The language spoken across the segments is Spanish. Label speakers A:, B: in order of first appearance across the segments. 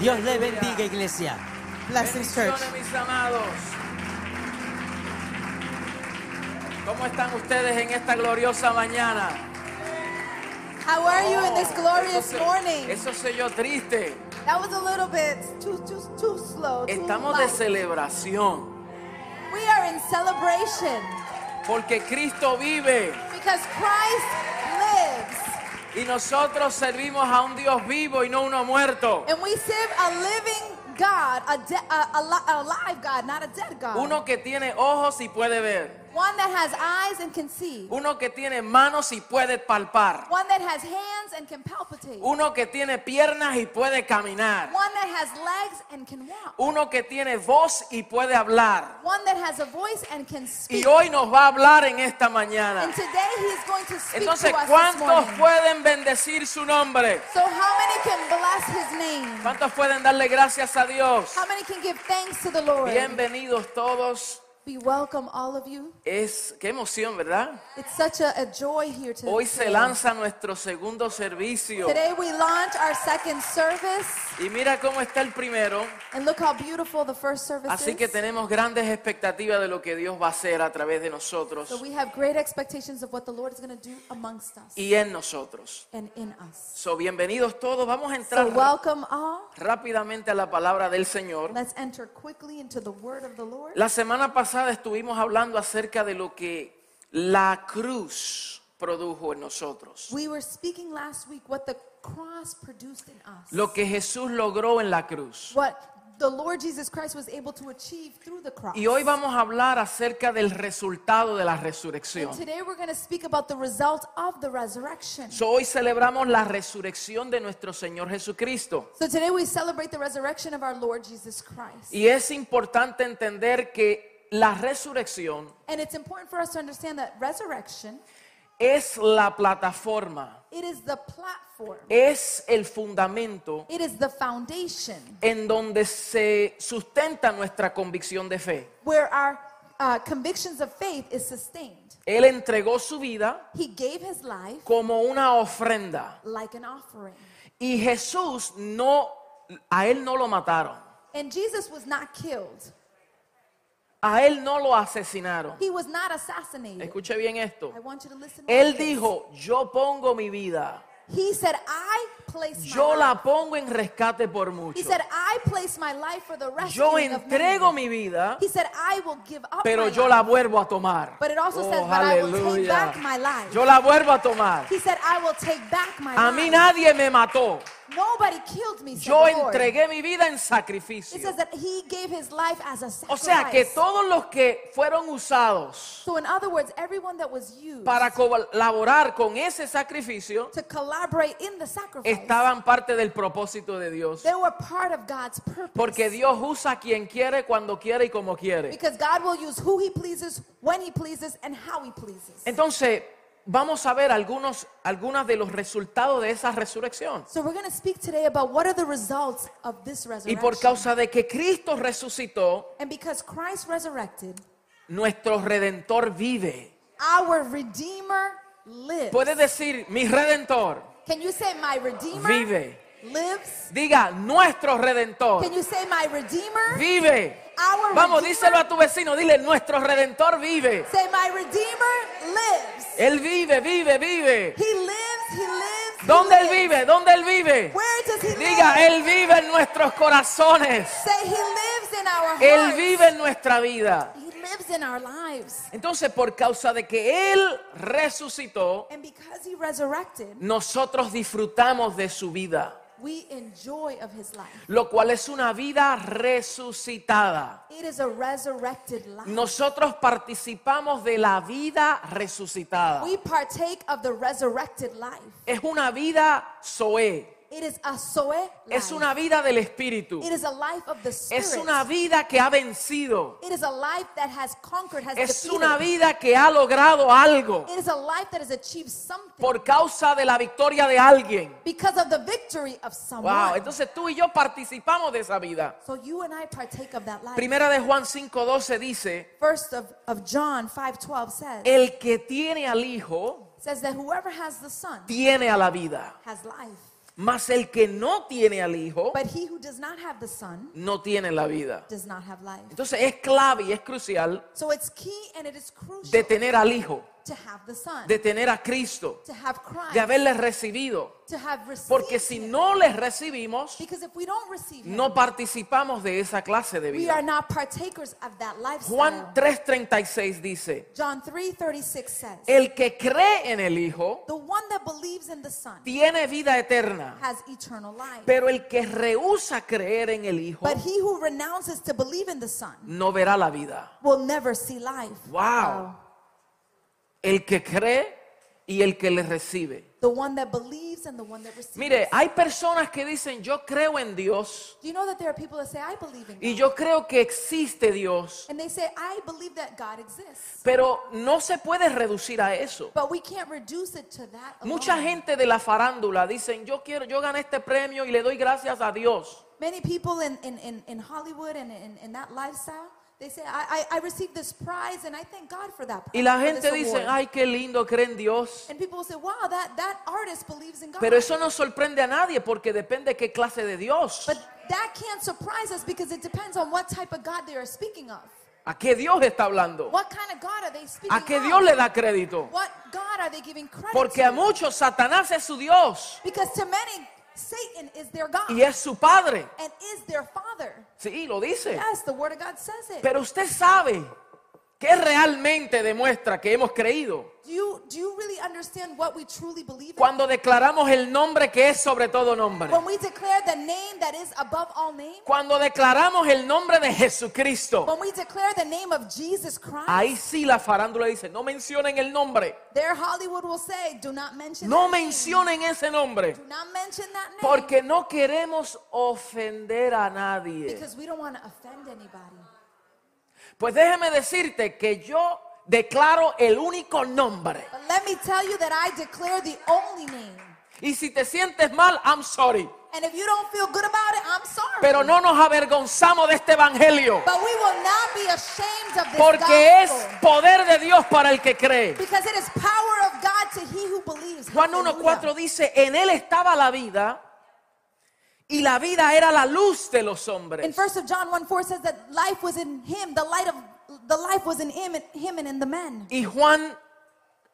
A: Dios le bendiga, iglesia.
B: Blessings, church.
C: Bendiciones, mis amados. ¿Cómo están ustedes en esta gloriosa mañana?
B: How are you in this glorious
C: Oh, Eso se-
B: morning?
C: Eso soy yo triste.
B: That was a little bit too, too, too slow. Too
C: Estamos de
B: light.
C: celebración
B: We are in celebration
C: porque Cristo vive
B: because Christ lives
C: y nosotros servimos a un Dios vivo y no uno muerto.
B: and we serve a living God, a, de- a, a, li- a live God, not a dead God.
C: Uno que tiene ojos y puede ver.
B: One that has eyes and can see.
C: Uno que tiene manos y puede palpar.
B: One that has hands and can palpitate.
C: Uno que tiene piernas y puede caminar.
B: One that has legs and can walk.
C: Uno que tiene voz y puede hablar.
B: One that has a voice and can
C: Y
B: speak.
C: hoy nos va a hablar en esta mañana.
B: And today he's going to speak
C: Entonces,
B: to us this
C: ¿cuántos
B: morning.
C: pueden bendecir su nombre?
B: So how many can bless his name?
C: ¿Cuántos pueden darle gracias a Dios?
B: How many can give thanks to the Lord?
C: Bienvenidos todos.
B: Be welcome, all of you.
C: Es qué emoción, ¿verdad?
B: It's such a, a joy here today.
C: Hoy se lanza nuestro segundo servicio.
B: Today we launch our second service,
C: Y mira cómo está el primero.
B: and look how beautiful the first service
C: Así que
B: is.
C: tenemos grandes expectativas de lo que Dios va a hacer a través de
B: so
C: nosotros
B: we have great expectations of what the Lord is going to do amongst us
C: y en nosotros.
B: and in us.
C: So, bienvenidos todos. Vamos a entrar
B: So welcome all.
C: rápidamente a la palabra del Señor.
B: Let's enter quickly into the word of the Lord.
C: La semana pasada estuvimos hablando acerca de lo que la cruz produjo en nosotros.
B: We were speaking last week what the cross produced in us.
C: Lo que Jesús logró en la cruz.
B: what the Lord Jesus Christ was able to achieve through the cross.
C: Y hoy vamos a hablar acerca del resultado de la resurrección.
B: And today we're going to speak about the result of the resurrection.
C: So, hoy celebramos la resurrección de nuestro Señor Jesucristo.
B: So today we celebrate the resurrection of our Lord Jesus Christ.
C: Y es importante entender que la resurrección
B: And it's important for us to understand that resurrection,
C: es la plataforma,
B: it is the platform.
C: E- es el fundamento
B: It is the foundation
C: en donde se sustenta nuestra convicción de fe.
B: where our uh, convictions of faith is sustained.
C: Él entregó su vida
B: He gave his life
C: como una ofrenda.
B: like an offering.
C: Y Jesús no, a él no lo mataron.
B: And Jesus was not killed.
C: A él no lo asesinaron.
B: He was not assassinated.
C: Escuche bien esto.
B: I want you to listen. well
C: Él
B: to this.
C: dijo, yo pongo mi vida.
B: He said, I place
C: Yo
B: my
C: la
B: life.
C: pongo en rescate por
B: He
C: muchos.
B: said, I place my life for the rest
C: Yo
B: of
C: entrego mi vida,
B: He said, I will give up
C: pero
B: my
C: yo
B: life.
C: la vuelvo a tomar.
B: But it also
C: Oh,
B: says, "But I will take
C: aleluya.
B: back my life."
C: Yo la vuelvo a tomar.
B: He said, I will take back my
C: A
B: life.
C: mí nadie me mató.
B: Nobody killed me, said
C: Yo
B: the Lord.
C: entregué mi vida en
B: It
C: sacrificio.
B: says that he gave his life as a
C: O
B: sacrifice.
C: sea que todos los que fueron usados
B: so in other words, everyone that was used
C: para colaborar con ese sacrificio
B: to collaborate in the sacrifice,
C: estaban parte del propósito de Dios.
B: they were part of God's purpose.
C: Porque Dios usa a quien quiere, cuando quiere y como quiere.
B: because God will use who he pleases, when he pleases, and how he pleases.
C: Entonces, vamos a ver algunos algunos de los resultados de esa resurrección.
B: so we're going to speak today about what are the results of this
C: Y
B: resurrection.
C: por causa de que Cristo resucitó,
B: and because Christ resurrected,
C: nuestro redentor vive.
B: Our Redeemer lives.
C: Puede decir, mi redentor
B: Can you say, My Redeemer
C: vive.
B: lives?
C: Diga, nuestro redentor
B: Can you say, My Redeemer?
C: vive.
B: Our
C: Vamos,
B: Redeemer-
C: díselo a tu vecino, dile, nuestro redentor vive.
B: Say, My Redeemer lives.
C: Él vive, vive, vive.
B: He lives, He lives. he
C: ¿Dónde él
B: lives.
C: vive? ¿Dónde él vive?
B: Where does He
C: Diga,
B: live?
C: él vive en nuestros corazones.
B: Say, He lives in our hearts.
C: Él vive en nuestra vida.
B: He lives in our lives.
C: Entonces, por causa de que él resucitó,
B: And because He resurrected,
C: nosotros disfrutamos de su vida,
B: we enjoy of His life.
C: lo cual es una vida resucitada.
B: It is a resurrected life.
C: Nosotros participamos de la vida resucitada.
B: We partake of the resurrected life.
C: Es una vida Zoé.
B: It is a Zoe
C: Es
B: life.
C: una vida del Espíritu.
B: It is a life of the spirit.
C: Es una vida que ha vencido.
B: It is a life that has conquered, has
C: Es
B: defeated.
C: una vida que ha logrado algo
B: It is a life that has achieved something
C: por causa de la victoria de alguien.
B: because of the victory of someone.
C: Wow, entonces tú y yo participamos de esa vida.
B: so you and I partake of that life.
C: Primera de Juan 5:12 dice,
B: First of, of John 5:12 says
C: el que tiene al Hijo
B: says that whoever has the son
C: tiene a la vida.
B: has life.
C: Mas el que no tiene al Hijo
B: But he who does not have the Son
C: no tiene la vida.
B: does not have life.
C: Entonces es clave y es crucial
B: So it's key and it is
C: de
B: crucial
C: tener al Hijo,
B: to have the Son,
C: de tener a Cristo,
B: to have
C: de
B: Christ,
C: haberle recibido.
B: to have received
C: Porque si
B: Him.
C: no les recibimos,
B: Because if we don't receive Him,
C: no participamos de esa clase de
B: we
C: vida.
B: are not partakers of that lifestyle.
C: Juan 3:36 dice,
B: John 3:36 says,
C: el que cree en el Hijo
B: "The one that believes in the Son
C: tiene vida eterna,
B: has eternal life,
C: pero el que rehúsa creer en el Hijo
B: but he who renounces to believe in the Son
C: no verá la vida.
B: will never see life."
C: Wow. El que cree y el que le recibe.
B: The one that believes and the one that receives.
C: Mire, hay personas que dicen, yo creo en Dios
B: Do you know that there are people that say, "I believe in
C: y
B: God,"
C: yo creo que existe Dios,
B: and they say, "I believe that God exists,"
C: pero no se puede reducir a eso.
B: but we can't reduce it to that. Alone.
C: Mucha gente de la farándula dicen, yo quiero, yo gané este premio y le doy gracias a Dios.
B: Many people in, in, in, in Hollywood and in, in that lifestyle, they say, I, I, I received this prize and I thank God for that.
C: Y la
B: prize, for
C: gente
B: this
C: dice,
B: award."
C: ay, qué lindo, cree en Dios.
B: and people say, wow, that, that artist believes in God.
C: Pero eso no sorprende a nadie porque depende qué clase de Dios.
B: but that can't surprise us because it depends on what type of God they are speaking of.
C: ¿A qué Dios está hablando?
B: What kind of God are they speaking
C: ¿A qué
B: of?
C: Dios le da crédito?
B: What God are they giving credit
C: Porque
B: to?
C: a muchos Satanás es su Dios
B: because to many, Satan is their God
C: y es su padre.
B: and is their father.
C: Sí, lo dice.
B: Yes, the word of God says it.
C: Pero usted sabe qué realmente demuestra que hemos creído.
B: do, you, do you really understand what we truly believe in?
C: Cuando declaramos el nombre que es sobre todo nombre.
B: When we declare the name that is above all names,
C: Cuando declaramos el nombre de Jesucristo.
B: when we declare the name of Jesus Christ,
C: Ahí sí la farándula dice, no mencionen el nombre.
B: there Hollywood will say, do not mention
C: No
B: that name.
C: mencionen ese nombre.
B: Do not mention that name
C: Porque no queremos ofender a nadie.
B: because we don't want to offend anybody.
C: Pues déjeme decirte que yo declaro el único nombre.
B: But let me tell you that I declare the only name.
C: Y si te sientes mal, I'm sorry.
B: And if you don't feel good about it, I'm sorry.
C: Pero no nos avergonzamos de este evangelio.
B: But we will not be ashamed of this
C: Porque es
B: gospel
C: poder de Dios para el que cree.
B: because it is power of God to he who believes.
C: Juan
B: Hallelujah.
C: 1.4 dice, en él estaba la vida y la vida era la luz de los
B: In
C: hombres.
B: First of John 1 4 says that life was in him, the light of the life was in him, and him and in the men.
C: Y Juan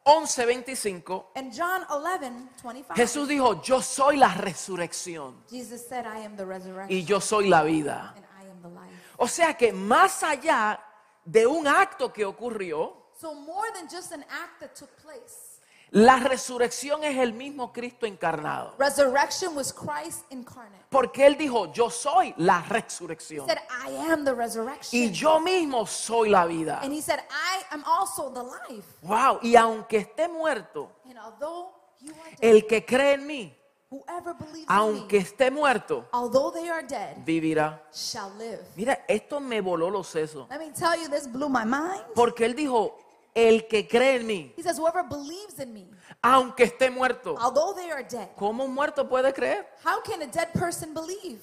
C: 11.25,
B: In John 11, 25,
C: Jesús dijo, yo soy la resurrección
B: Jesus said, I am the resurrection
C: y yo soy la vida.
B: and I am the life.
C: O sea que más allá de un acto que ocurrió,
B: So more than just an act that took place,
C: la resurrección es el mismo Cristo encarnado.
B: resurrection was Christ incarnate.
C: Porque Él dijo, yo soy la
B: He
C: resurrección.
B: said, I am the
C: Y
B: resurrection.
C: yo mismo soy la vida.
B: And he said, I am also the life.
C: Wow, y aunque esté muerto,
B: And although you are dead,
C: el que cree en mí,
B: whoever believes in
C: aunque
B: me,
C: esté muerto,
B: although they are dead,
C: vivirá.
B: shall live.
C: Mira, esto me voló los sesos.
B: Let me tell you, this blew my mind.
C: Porque Él dijo, el que cree en mí,
B: He says, whoever believes in me,
C: aunque esté muerto.
B: although they are dead,
C: ¿Cómo un muerto puede creer?
B: how can a dead person believe?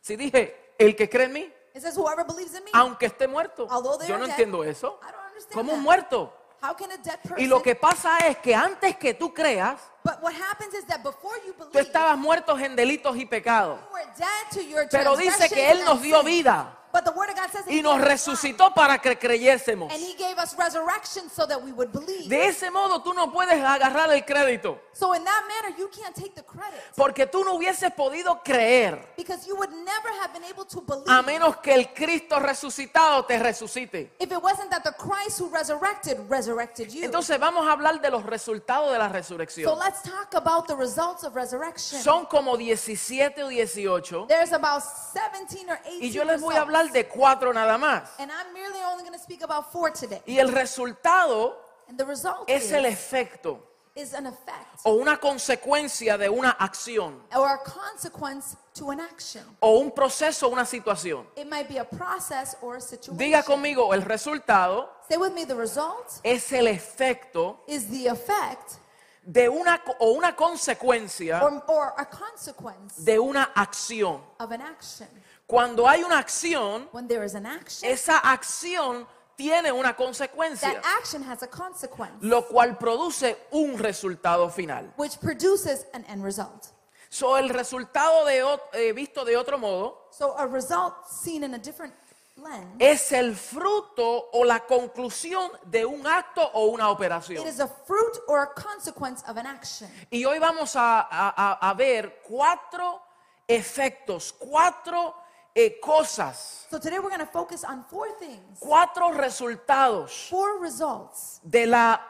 C: Si dije, el que cree en mí,
B: It says, whoever believes in me,
C: aunque esté muerto.
B: Although they
C: Yo
B: are
C: no
B: dead,
C: entiendo eso.
B: I don't understand
C: Como un
B: that.
C: muerto.
B: How can a dead person?
C: Y lo que pasa es que antes que tú creas,
B: but what happens is that before you believe,
C: tú estabas muerto en delitos y pecados.
B: you were dead to your
C: Pero dice
B: transgressions
C: que Él
B: and
C: nos dio
B: sins.
C: vida
B: But the word of God says that
C: y
B: He
C: nos
B: gave us life,
C: resucitó para que creyésemos.
B: And He gave us resurrection so that we would believe.
C: De ese modo tú no puedes agarrar el crédito
B: so in that manner, you can't take the credit
C: porque tú no hubieses podido creer
B: because you would never have been able to believe
C: a menos que el Cristo resucitado te resucite.
B: if it wasn't that the Christ who resurrected resurrected you.
C: Entonces vamos a hablar de los resultados de la
B: so
C: resurrección.
B: let's talk about the results of resurrection.
C: Son como 17 o 18
B: There's about 17 or 18
C: y yo les voy a
B: results.
C: hablar de cuatro nada más.
B: and I'm merely only going to speak about four today.
C: Y el resultado
B: And the result
C: es
B: is,
C: el efecto
B: is an effect
C: o una consecuencia de una acción
B: or a consequence to an action.
C: o un proceso o una situación.
B: It might be a process or a situation.
C: Diga conmigo, el resultado
B: Say with me, the result
C: es el efecto
B: is the effect
C: de una co- o una consecuencia
B: or, or a consequence
C: de una acción.
B: of an action.
C: Cuando hay una acción,
B: When there is an action,
C: esa acción tiene una consecuencia,
B: that action has a consequence,
C: lo cual produce un resultado final.
B: which produces an end result.
C: So, el resultado de ot- eh, visto de otro modo
B: So a result seen in a different lens,
C: es el fruto o la conclusión de un acto o una
B: it
C: operación.
B: is a fruit or a consequence of an action.
C: Y hoy vamos a, a- a- a ver cuatro efectos, cuatro eh, cosas,
B: So today we're going to focus on four things,
C: cuatro resultados
B: four results
C: de la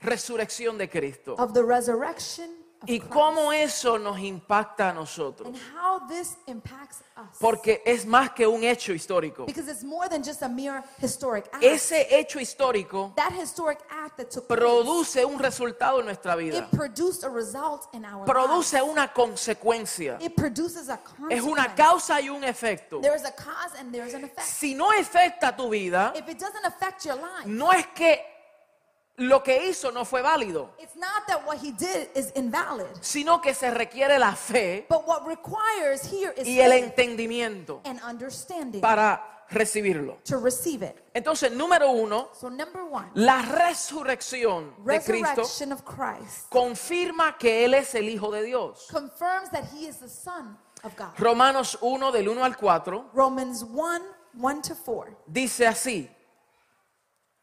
C: resurrección de Cristo
B: of the resurrection of
C: y
B: Christ
C: cómo eso nos impacta a nosotros.
B: and how this impacts us.
C: Porque es más que un hecho histórico.
B: because it's more than just a mere historic act.
C: Ese hecho histórico
B: that historic act that took place,
C: produce un resultado en nuestra vida.
B: it produced a result in our lives.
C: Produce una consecuencia.
B: It produces a consequence.
C: Es una causa y un efecto.
B: There is a cause and there is an effect.
C: Si no afecta tu vida,
B: If it doesn't affect your life,
C: no es que lo que hizo no fue válido,
B: it's not that what he did is invalid,
C: sino que se requiere la fe
B: but what requires here is
C: y el
B: faith
C: entendimiento
B: and understanding
C: para recibirlo.
B: to receive it.
C: Entonces, número uno,
B: So number one,
C: la resurrección de Cristo
B: resurrection of Christ
C: confirma que Él es el Hijo de Dios.
B: confirms that he is the Son of God.
C: Romanos 1 del 1 al 4
B: Romans 1, 1 to 4
C: dice así,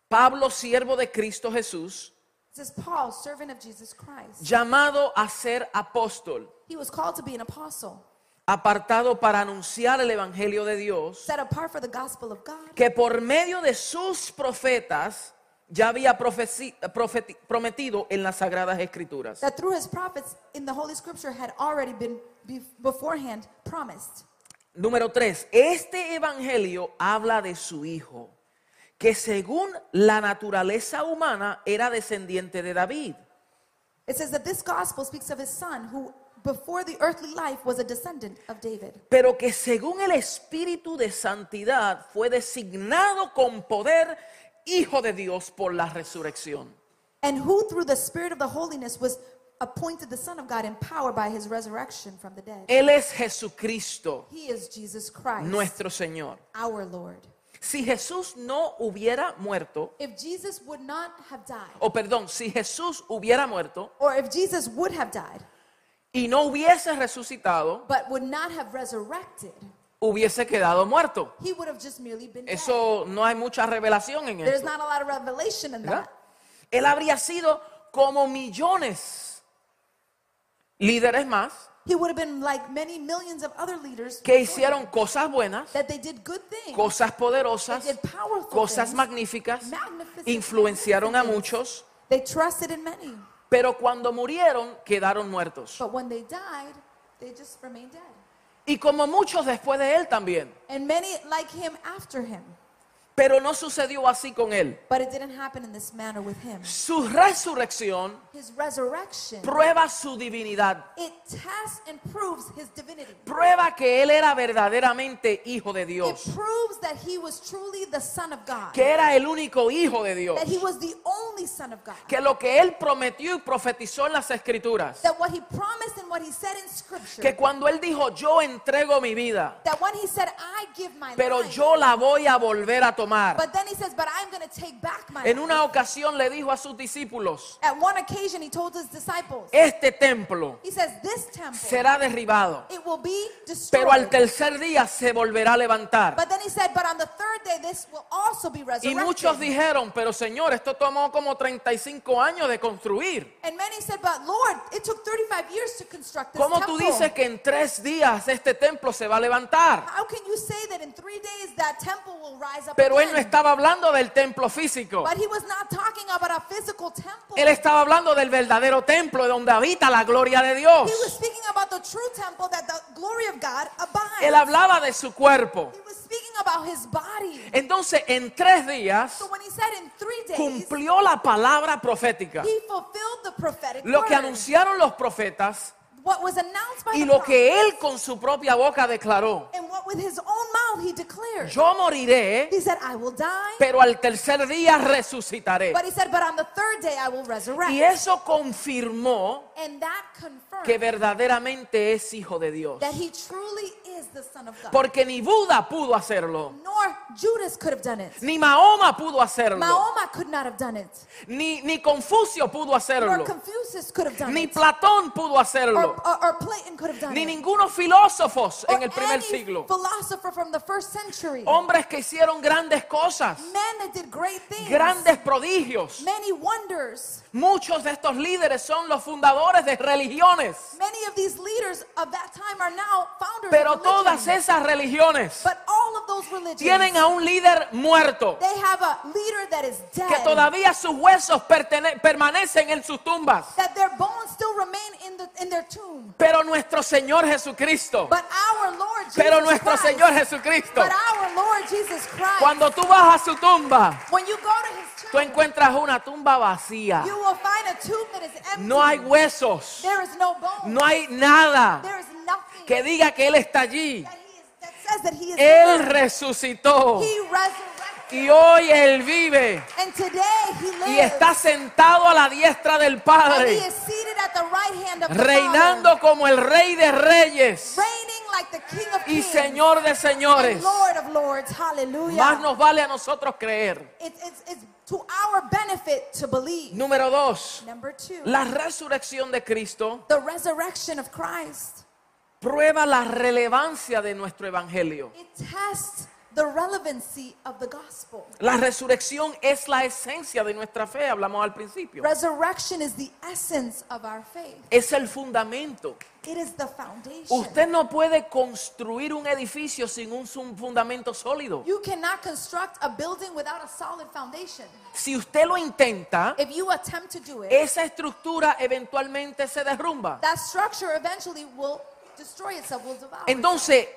C: Pablo, siervo de Cristo Jesús,
B: says, Paul, servant of Jesus Christ,
C: llamado a ser apóstol,
B: he was called to be an apostle,
C: apartado para anunciar el Evangelio de Dios,
B: set apart for the gospel of God.
C: que por medio de sus profetas ya había profeci- profeti- prometido en las Sagradas Escrituras.
B: that through his prophets in the Holy Scripture had already been be- beforehand promised.
C: Número 3. Este Evangelio habla de su Hijo, que según la naturaleza humana era descendiente de David.
B: It says that this gospel speaks of his son who before the earthly life was a descendant of David,
C: pero que según el Espíritu de Santidad fue designado con poder Hijo de Dios por la resurrección.
B: and who through the spirit of the holiness was appointed the son of God in power by his resurrection from the dead.
C: Él es Jesucristo,
B: He is Jesus Christ,
C: nuestro Señor.
B: our Lord.
C: Si Jesús no hubiera muerto,
B: If Jesus would not have died,
C: o perdón, si Jesús hubiera muerto
B: or if Jesus would have died,
C: y no hubiese resucitado,
B: but would not have resurrected,
C: hubiese quedado muerto.
B: he would have just merely been dead.
C: Eso no hay mucha revelación en
B: There's
C: eso.
B: not a lot of revelation in
C: ¿verdad?
B: that.
C: Él habría sido como millones líderes más
B: He would have been like many millions of other leaders
C: que
B: before him,
C: hicieron cosas buenas
B: that they did good things,
C: cosas
B: they
C: poderosas,
B: did powerful
C: cosas
B: things.
C: magníficas,
B: magnificent
C: influenciaron a
B: things.
C: muchos,
B: They trusted in many,
C: pero cuando murieron quedaron muertos.
B: but when they died, they just remained dead.
C: Y como muchos después de él también,
B: And many like him after him,
C: pero no sucedió así con él.
B: but it didn't happen in this manner with him.
C: Su resurrección
B: His resurrection,
C: prueba su divinidad,
B: it tests and proves his divinity.
C: prueba que él era verdaderamente hijo de
B: It
C: Dios,
B: proves that he was truly the son of God,
C: que era el único hijo de Dios,
B: that he was the only son of God,
C: que lo que él prometió y profetizó en las escrituras,
B: that what he promised and what he said in scripture,
C: que cuando él dijo, yo entrego mi vida,
B: that when he said, I give my
C: pero
B: life,
C: yo la voy a volver a tomar.
B: But then he says, but I'm going to take back my
C: En
B: life."
C: una ocasión le dijo a sus discípulos,
B: At one occasion, he told his disciples,
C: este templo
B: he says, this temple,
C: será derribado,
B: it will be destroyed.
C: pero al tercer día se volverá a levantar.
B: but then he said, but on the third day, this will also be
C: Y
B: resurrected.
C: muchos dijeron, pero Señor, esto tomó como 35 años de construir.
B: and many said, but Lord, it took 35 years to construct this
C: ¿Cómo tú
B: temple.
C: dices que en tres días este templo se va a levantar?
B: How can you say that in three days that temple will rise up
C: Pero él no
B: again?
C: estaba hablando del templo físico.
B: But he was not talking about a physical temple.
C: Él estaba hablando del verdadero templo donde habita la gloria de
B: he was
C: Dios.
B: speaking about the true temple that the glory of God abides.
C: Él hablaba de su cuerpo.
B: he was speaking about his body.
C: Entonces, en tres días
B: So when he said in three days,
C: cumplió la palabra profética.
B: He fulfilled the prophetic
C: lo que
B: word.
C: anunciaron los profetas
B: What was announced by
C: y
B: the
C: lo que
B: prophets,
C: él con su propia boca declaró.
B: and what with his own mouth he declared.
C: Yo moriré,
B: he said, I will die.
C: pero al tercer día resucitaré.
B: But he said, but on the third day I will resurrect.
C: Y eso confirmó
B: and that confirmed
C: que verdaderamente es hijo de Dios.
B: that he truly is is the Son of God.
C: Porque ni Buda pudo hacerlo,
B: Nor Judas could have done it.
C: ni Mahoma pudo hacerlo,
B: Mahoma could not have done it.
C: ni, ni Confucio pudo
B: Nor
C: hacerlo,
B: Confucius could have done
C: ni
B: it.
C: Platón pudo
B: Or,
C: hacerlo,
B: or, or Platon could have done
C: ni
B: it.
C: ningunos filósofos en
B: Or
C: el primer
B: any
C: siglo.
B: philosopher from the first century.
C: Hombres que hicieron grandes cosas,
B: Men that did great things.
C: grandes prodigios.
B: Many wonders.
C: Muchos de estos líderes son los fundadores de religiones,
B: Many of these leaders of that time are now founders
C: pero
B: of religion.
C: todas esas religiones
B: But all of those religions,
C: tienen a un líder muerto.
B: they have a leader that is dead.
C: que todavía sus huesos pertene- permanecen en sus tumbas.
B: that their bones still remain in, the, in their tomb.
C: Pero nuestro Señor Jesucristo,
B: But our Lord Jesus
C: pero nuestro
B: Christ,
C: Señor Jesucristo,
B: but our Lord Jesus Christ,
C: cuando tú vas a su tumba,
B: when you go to his
C: tú
B: tomb,
C: encuentras una tumba vacía.
B: you will find a tomb that is empty.
C: No hay huesos,
B: there is no bone.
C: no hay nada
B: there is nothing
C: que diga que Él está allí.
B: that, he is, that says that he is
C: Él
B: there.
C: resucitó
B: He resurrected.
C: y hoy Él vive
B: And today he lives.
C: y está sentado a la diestra del
B: and he
C: Padre,
B: is seated at the right hand of the Father,
C: reinando como el Rey de Reyes
B: Reigning like the King of
C: y
B: Kings.
C: Señor de
B: and
C: Señores.
B: Lord of Lords. Hallelujah.
C: Más nos vale a nosotros creer.
B: It's- it's, it's to our benefit to believe.
C: Número dos,
B: Number two.
C: la resurrección de Cristo
B: The resurrection of Christ.
C: prueba la relevancia de nuestro evangelio.
B: It tests the relevancy of the gospel.
C: La resurrección es la esencia de nuestra fe, hablamos al principio.
B: Resurrection is the essence of our faith.
C: Es el fundamento.
B: It is the foundation.
C: Usted no puede construir un edificio sin un sun- fundamento sólido.
B: You cannot construct a building without a solid foundation.
C: Si usted lo intenta,
B: If you attempt to do it,
C: esa estructura eventualmente se derrumba.
B: that structure eventually will destroy itself, will devour.
C: Entonces,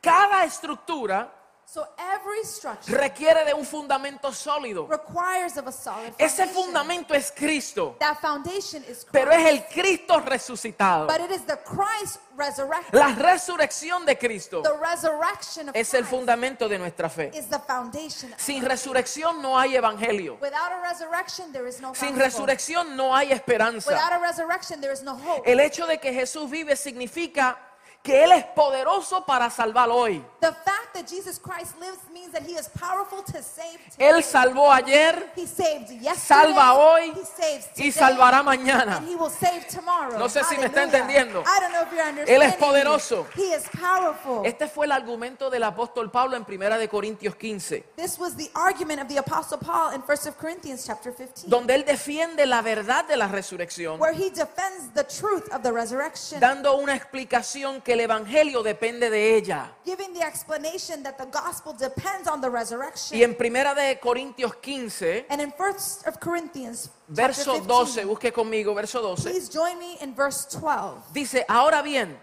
C: cada estructura
B: So every structure
C: requiere de un fundamento sólido.
B: requires of a solid
C: Ese
B: foundation.
C: fundamento es Cristo,
B: That foundation is
C: pero es
B: Christ.
C: el Cristo resucitado.
B: But it is the Christ resurrection.
C: La resurrección de Cristo
B: The resurrection of
C: es el
B: Christ.
C: fundamento de nuestra fe.
B: is the foundation.
C: Sin resurrección no hay evangelio.
B: Without a resurrection, there is no
C: Sin
B: gospel.
C: resurrección no hay esperanza.
B: Without a resurrection, there is no hope.
C: El hecho de que Jesús vive significa que Él es poderoso para salvar hoy.
B: The fact that Jesus Christ lives means that He is powerful to save. Today.
C: Él salvó ayer,
B: He saved yesterday.
C: salva hoy
B: he saves today,
C: y salvará
B: And
C: mañana.
B: he will save tomorrow.
C: No sé si me está
B: Hallelujah.
C: entendiendo.
B: I don't know if you're
C: Él es
B: understanding
C: poderoso.
B: me. He is powerful.
C: Este fue el argumento del apóstol Pablo en 1 de Corintios 15.
B: This was the argument of the Apostle Paul in 1 of Corinthians chapter 15,
C: donde él defiende la verdad de la resurrección,
B: where he defends the truth of the resurrection,
C: dando una explicación que el evangelio depende de ella.
B: giving the explanation that the gospel depends on the resurrection.
C: Y en primera de Corintios 15,
B: And in First of Corinthians, chapter
C: verso
B: 15,
C: 12, busque conmigo verso 12,
B: please join me in verse 12.
C: dice, "Ahora bien,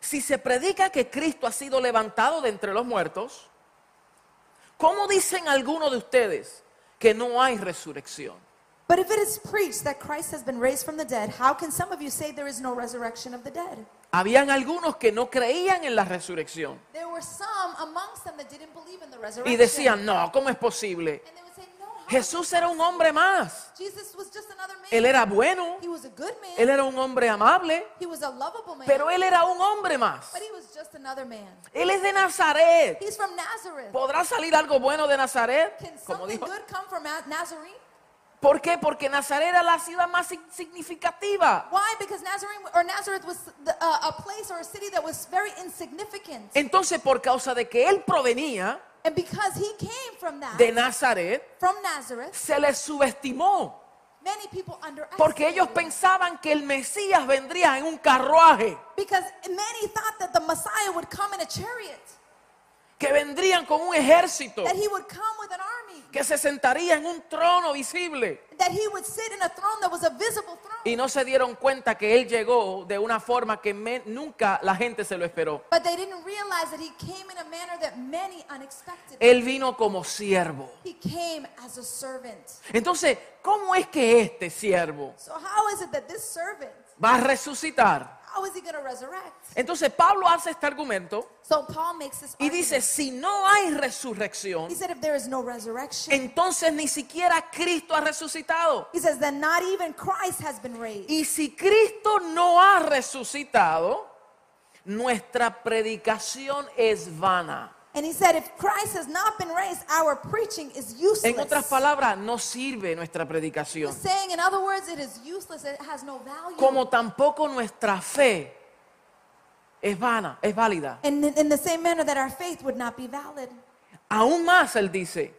C: si se predica que Cristo ha sido levantado de entre los muertos, ¿cómo dicen algunos de ustedes que no hay resurrección?
B: But if it is preached that Christ has been raised from the dead, how can some of you say there is no resurrection of the dead?
C: Habían algunos que no creían en la resurrección
B: There were some amongst them that didn't believe in the resurrection.
C: y decían, "No, ¿cómo es posible?
B: and they would say, no, how-
C: Jesús era un hombre más."
B: Jesus was just another man.
C: Él era bueno,
B: he was a good man.
C: él era un hombre amable,
B: he was a lovable man.
C: pero él era un hombre más.
B: but he was just another man.
C: Él es de Nazaret.
B: He's from Nazareth.
C: ¿Podrá salir algo bueno de Nazaret?
B: can
C: Como
B: something
C: dijo.
B: good come from Na- Nazarene?
C: ¿Por qué? Porque Nazaret era la ciudad más sig- significativa.
B: Why? Because Nazarene or Nazareth was the, uh, a place or a city that was very insignificant.
C: Entonces, por causa de que él provenía
B: And because he came from that,
C: de Nazaret,
B: from Nazareth,
C: se le subestimó.
B: many people underestimated.
C: Porque ellos pensaban que el Mesías vendría en un carruaje,
B: because many thought that the Messiah would come in a chariot,
C: que vendrían con un ejército,
B: that he would come with an army,
C: que se sentaría en un trono visible.
B: that he would sit in a throne that was a visible throne.
C: Y no se dieron cuenta que él llegó de una forma que me- nunca la gente se lo esperó.
B: but they didn't realize that he came in a manner that many unexpected.
C: Él vino como siervo.
B: he came as a servant.
C: Entonces, ¿cómo es que este siervo
B: So how is it that this servant,
C: va a resucitar?
B: how is he going to resurrect?
C: Entonces, Pablo hace este argumento
B: So Paul makes this
C: y dice,
B: argument.
C: si no hay
B: He
C: resurrección,
B: said if there is no resurrection,
C: entonces ni siquiera Cristo ha resucitado.
B: he says then not even Christ has been raised.
C: Y si Cristo no ha resucitado, nuestra predicación es vana.
B: And he said, if Christ has not been raised, our preaching is useless.
C: En otras palabras, no sirve nuestra
B: He's
C: predicación.
B: saying, in other words, it is useless, it has no value.
C: Como tampoco nuestra fe es vana, es válida.
B: and in, in the same manner that our faith would not be valid.
C: Aún más, él dice,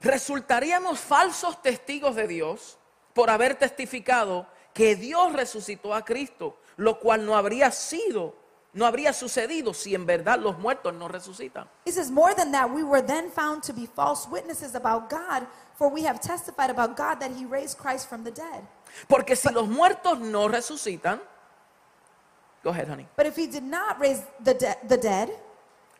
C: resultaríamos falsos testigos de Dios por haber testificado que Dios resucitó a Cristo, lo cual no habría sido, no habría sucedido si en verdad los muertos no resucitan.
B: He says, more than that, we were then found to be false witnesses about God, for we have testified about God that he raised Christ from the dead.
C: Porque si los muertos no resucitan, go ahead, honey,
B: But if he did not raise the, de- the dead,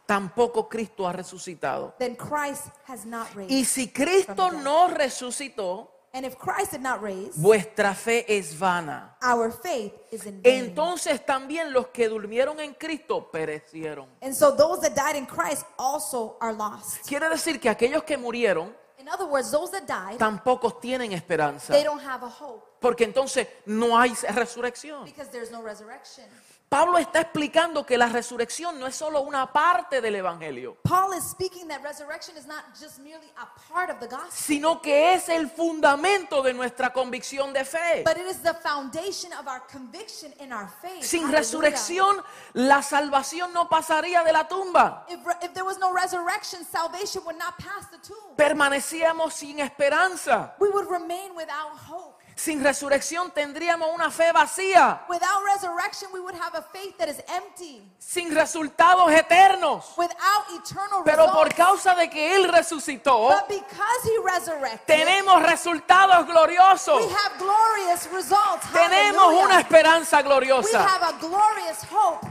C: tampoco Cristo ha resucitado.
B: then Christ has not raised.
C: Y si Cristo no resucitó,
B: and if Christ did not raise,
C: vuestra fe es vana.
B: our faith is in vain.
C: Entonces también los que durmieron en Cristo perecieron.
B: and so those that died in Christ also are lost.
C: Quiere decir que aquellos que murieron
B: In other words, those that died,
C: tampoco tienen esperanza.
B: they don't have a hope
C: Porque entonces no hay resurrección.
B: because there's no resurrection.
C: Pablo está explicando que la resurrección no es solo una parte del Evangelio,
B: Paul is speaking that resurrection is not just merely a part of the gospel,
C: sino que es el fundamento de nuestra convicción de fe.
B: but it is the foundation of our conviction in our faith.
C: Sin
B: Hallelujah.
C: resurrección, la salvación no pasaría de la tumba.
B: If, re- if there was no resurrection, salvation would not pass the tomb.
C: Permanecíamos sin esperanza.
B: We would remain without hope.
C: Sin resurrección tendríamos una fe vacía,
B: Without resurrection, we would have a faith that is empty,
C: sin resultados eternos.
B: without eternal
C: Pero por
B: results.
C: causa de que Él resucitó,
B: But because he resurrected,
C: Oh. tenemos resultados
B: we
C: gloriosos.
B: have glorious results.
C: Tenemos
B: Hallelujah.
C: una esperanza
B: we
C: gloriosa.
B: have a glorious hope.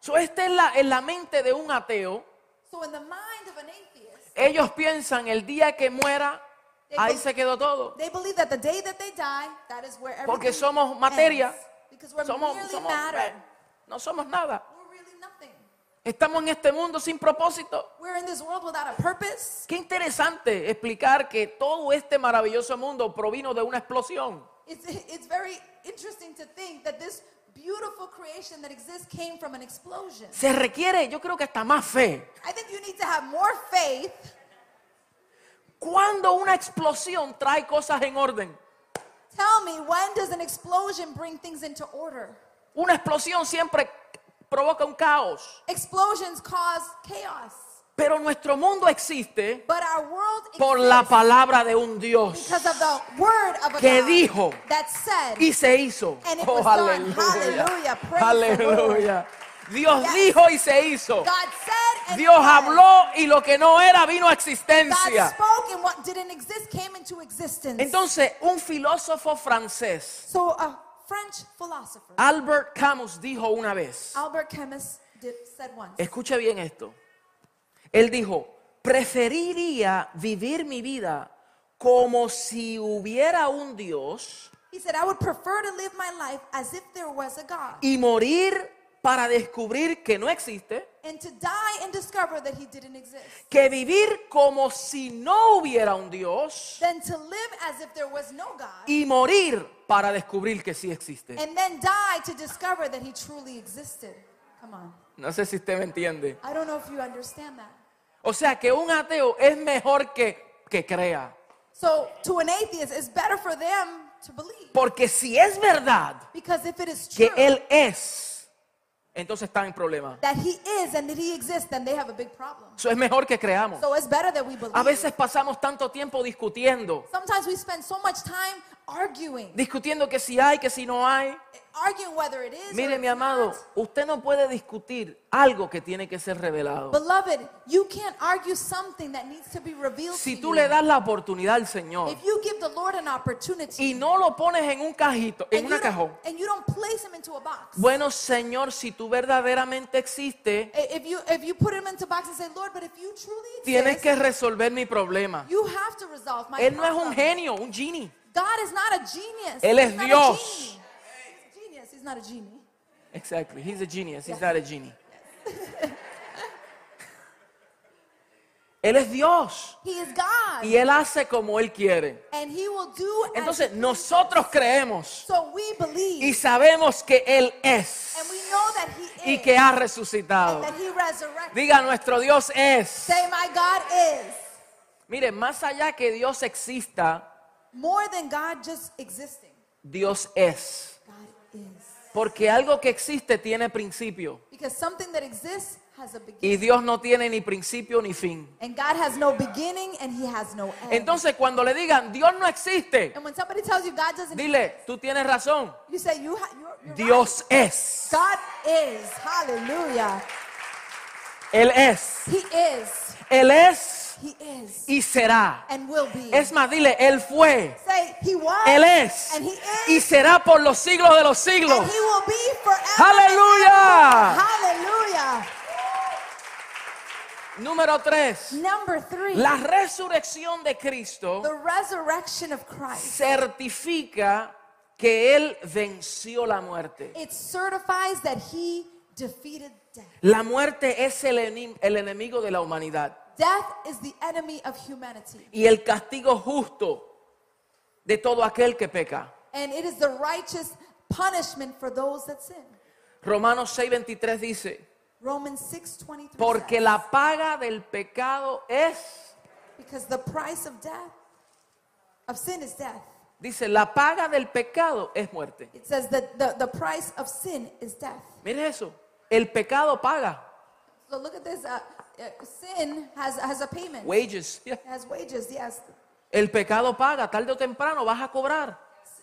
C: So, esta es la, en la mente de un ateo.
B: So in the mind of an atheist,
C: Ellos piensan el día que muera, ahí se quedó todo.
B: they believe that the day that they die, that is where everything
C: Porque somos materia.
B: ends. Because we're
C: Somos,
B: merely
C: somos-
B: matter.
C: eh, no somos nada.
B: We're really nothing.
C: Estamos en este mundo sin propósito.
B: We're in this world without a purpose.
C: Qué interesante explicar que todo este maravilloso mundo provino de una explosión.
B: It's, it's very interesting to think that this beautiful creation that exists came from an explosion.
C: Se requiere, yo creo que hasta más fe.
B: I think you need to have more faith.
C: Cuando una explosión trae cosas en orden,
B: Tell me, when does an explosion bring things into order?
C: una explosión siempre provoca un caos.
B: Explosions cause chaos,
C: Pero nuestro mundo existe
B: but our world
C: por la
B: exists
C: palabra de un Dios
B: because of the word of a
C: que
B: God
C: dijo
B: that said,
C: y se hizo.
B: And it
C: Oh,
B: was done. Hallelujah. Praise the Lord.
C: Aleluya. Dios
B: Yes.
C: dijo y se hizo.
B: God said, and
C: Dios
B: it was.
C: habló y lo que no era vino a
B: God
C: existencia.
B: spoke, and what didn't exist came into existence.
C: Entonces, un filósofo francés,
B: so, a French philosopher,
C: Ah. Albert Camus, dijo una vez,
B: Albert Camus, did, said once.
C: escuche bien esto, él dijo, preferiría vivir mi vida como si hubiera un Dios
B: He said, I would prefer to live my life as if there was a God
C: y morir para descubrir que no existe,
B: and to die and discover that he didn't exist
C: que vivir como si no hubiera un Dios
B: than to live as if there was no God
C: y morir para descubrir que sí existe.
B: and then die to discover that he truly existed. Come on.
C: No sé si usted me entiende.
B: I don't know if you understand that.
C: O sea que un ateo es mejor que, que crea.
B: So, to an atheist, it's better for them to believe
C: Porque si es verdad
B: because if it is
C: que
B: true
C: él es, entonces está en problema.
B: that he is and that he exists, then they have a big problem.
C: Eso es mejor que creamos.
B: So, it's better that we
C: A
B: believe.
C: veces pasamos tanto tiempo discutiendo,
B: Sometimes we spend so much time arguing,
C: discutiendo que si hay, que si no hay.
B: arguing whether it is. or
C: Mire,
B: it's
C: mi amado,
B: not.
C: usted no puede discutir algo que tiene que ser revelado.
B: Beloved, you can't argue something that needs to be revealed
C: Si
B: to
C: tú
B: you.
C: le das la oportunidad al Señor
B: if you give the Lord an opportunity
C: y no lo pones en un cajito, en
B: and, you
C: una
B: don't,
C: cajón.
B: and you don't place him into a box.
C: Bueno, Señor, si tú verdaderamente existes,
B: I- if you if you put him into a box and say, Lord, but if you truly
C: tienes
B: exist,
C: que resolver mi problema.
B: you have to resolve my
C: Él no es un
B: problem."
C: genio, un genie.
B: God is not a genius.
C: Él es
B: He's not a
C: Dios.
B: genie. He's a genius. He's not a genie.
C: Exactly, he's a genius, he's not a genie. Él es Dios
B: He is God.
C: y Él hace como Él quiere.
B: and he will do as
C: Entonces
B: he-
C: nosotros creemos
B: so we believe
C: y sabemos que Él
B: and we
C: es
B: know that he
C: y
B: is
C: que ha
B: and
C: resucitado.
B: that he resurrected.
C: Diga, nuestro Dios es.
B: Say my God is
C: Mire, más allá que Dios exista,
B: more than God just existing.
C: Dios es.
B: God is.
C: Porque algo que existe tiene principio.
B: Because something that exists has a beginning.
C: Y Dios no tiene ni principio ni fin.
B: And God has no beginning and he has no end.
C: Entonces cuando le digan, Dios no existe,
B: and when somebody tells you God doesn't
C: dile, tú tienes razón.
B: you say you ha- you're, you're
C: Dios es.
B: right. God is. Hallelujah.
C: Él es.
B: He is.
C: Él es
B: He is
C: y será.
B: and will be.
C: Es más, dile, Él fue.
B: Say he was
C: Él es
B: and he
C: y
B: is
C: será por los siglos de los siglos.
B: and he will be forever.
C: Hallelujah.
B: and ever. Hallelujah.
C: Número tres,
B: Number 3.
C: la resurrección de Cristo
B: the resurrection of Christ.
C: certifica que Él venció la muerte.
B: It certifies that he defeated death.
C: La muerte es el, eni- el enemigo de la humanidad
B: Death is the enemy of humanity.
C: y el castigo justo de todo aquel que peca.
B: And it is the righteous punishment for those that sin.
C: Romanos 6:23 dice,
B: Romans 6:23.
C: porque
B: says,
C: la paga del pecado es,
B: because the price of death of sin is death.
C: dice, la paga del pecado es muerte.
B: It says that the, the price of sin is death.
C: Mire eso, el pecado paga.
B: So look at this. Uh, uh, sin has, has a payment.
C: Wages. yeah.
B: It has wages, yes.
C: El pecado paga, tarde o temprano vas a cobrar.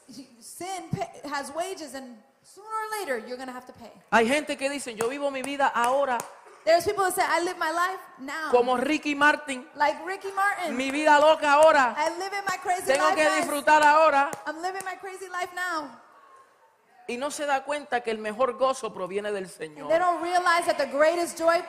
B: Sin pa- has wages, and sooner or later you're going to have to pay.
C: Hay gente que dice, yo vivo mi vida ahora
B: There's people that say, I live my life now.
C: como Ricky Martin,
B: Like Ricky Martin.
C: mi vida loca ahora,
B: I live in my crazy
C: tengo
B: life.
C: que
B: guys.
C: disfrutar ahora.
B: I'm living my crazy life now.
C: Y no se da cuenta que el mejor gozo proviene del
B: And they
C: Señor.
B: don't realize that the greatest joy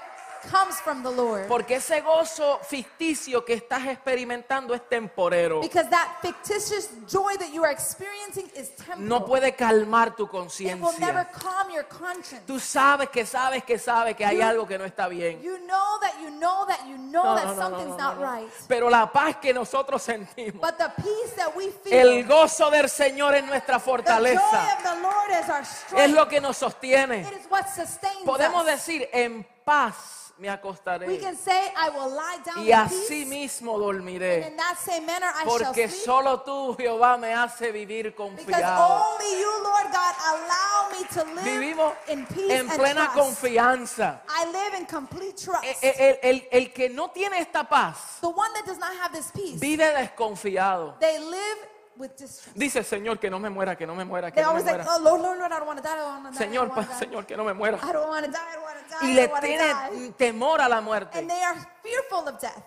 B: comes from the Lord.
C: Porque ese gozo ficticio que estás experimentando es temporero.
B: Because that fictitious joy that you are experiencing is temporal.
C: No puede calmar tu
B: it will never
C: conciencia.
B: calm your conscience.
C: Tú sabes que sabes que sabes que hay algo que no está bien.
B: You know that you know that you know
C: No,
B: that
C: no, no, no, no,
B: something's not
C: no, no.
B: right.
C: Pero la paz que nosotros sentimos.
B: But the peace that we feel,
C: El gozo del Señor es nuestra
B: the joy
C: fortaleza.
B: of the Lord is our strength.
C: Es lo que nos sostiene.
B: it is what sustains
C: Podemos
B: us.
C: decir, en paz me
B: We
C: acostaré
B: can say, I will lie down
C: y
B: in
C: así
B: peace.
C: mismo
B: And
C: dormiré.
B: in that same manner I shall
C: Porque
B: sleep.
C: solo tú, Jehová, me hace vivir
B: because
C: confiado.
B: only you, Lord God, allow me to live
C: Vivimos
B: in peace
C: en
B: and
C: plena
B: trust.
C: confianza.
B: I live in complete trust.
C: E- e- El, el- el que no tiene esta paz
B: the one that does not have this peace,
C: vive desconfiado.
B: they live with distrust.
C: Dice, Señor, que no me muera, que no me muera, que
B: They
C: no me
B: always like,
C: muera.
B: oh Lord, Lord, Lord, I don't want to die, I don't want to die,
C: Señor,
B: I
C: pa-
B: don't want to die,
C: Señor, que no me muera.
B: I don't want to die, I don't want to die,
C: Y
B: I
C: le
B: don't wanna die.
C: tiene temor a la muerte.
B: And they are fearful of death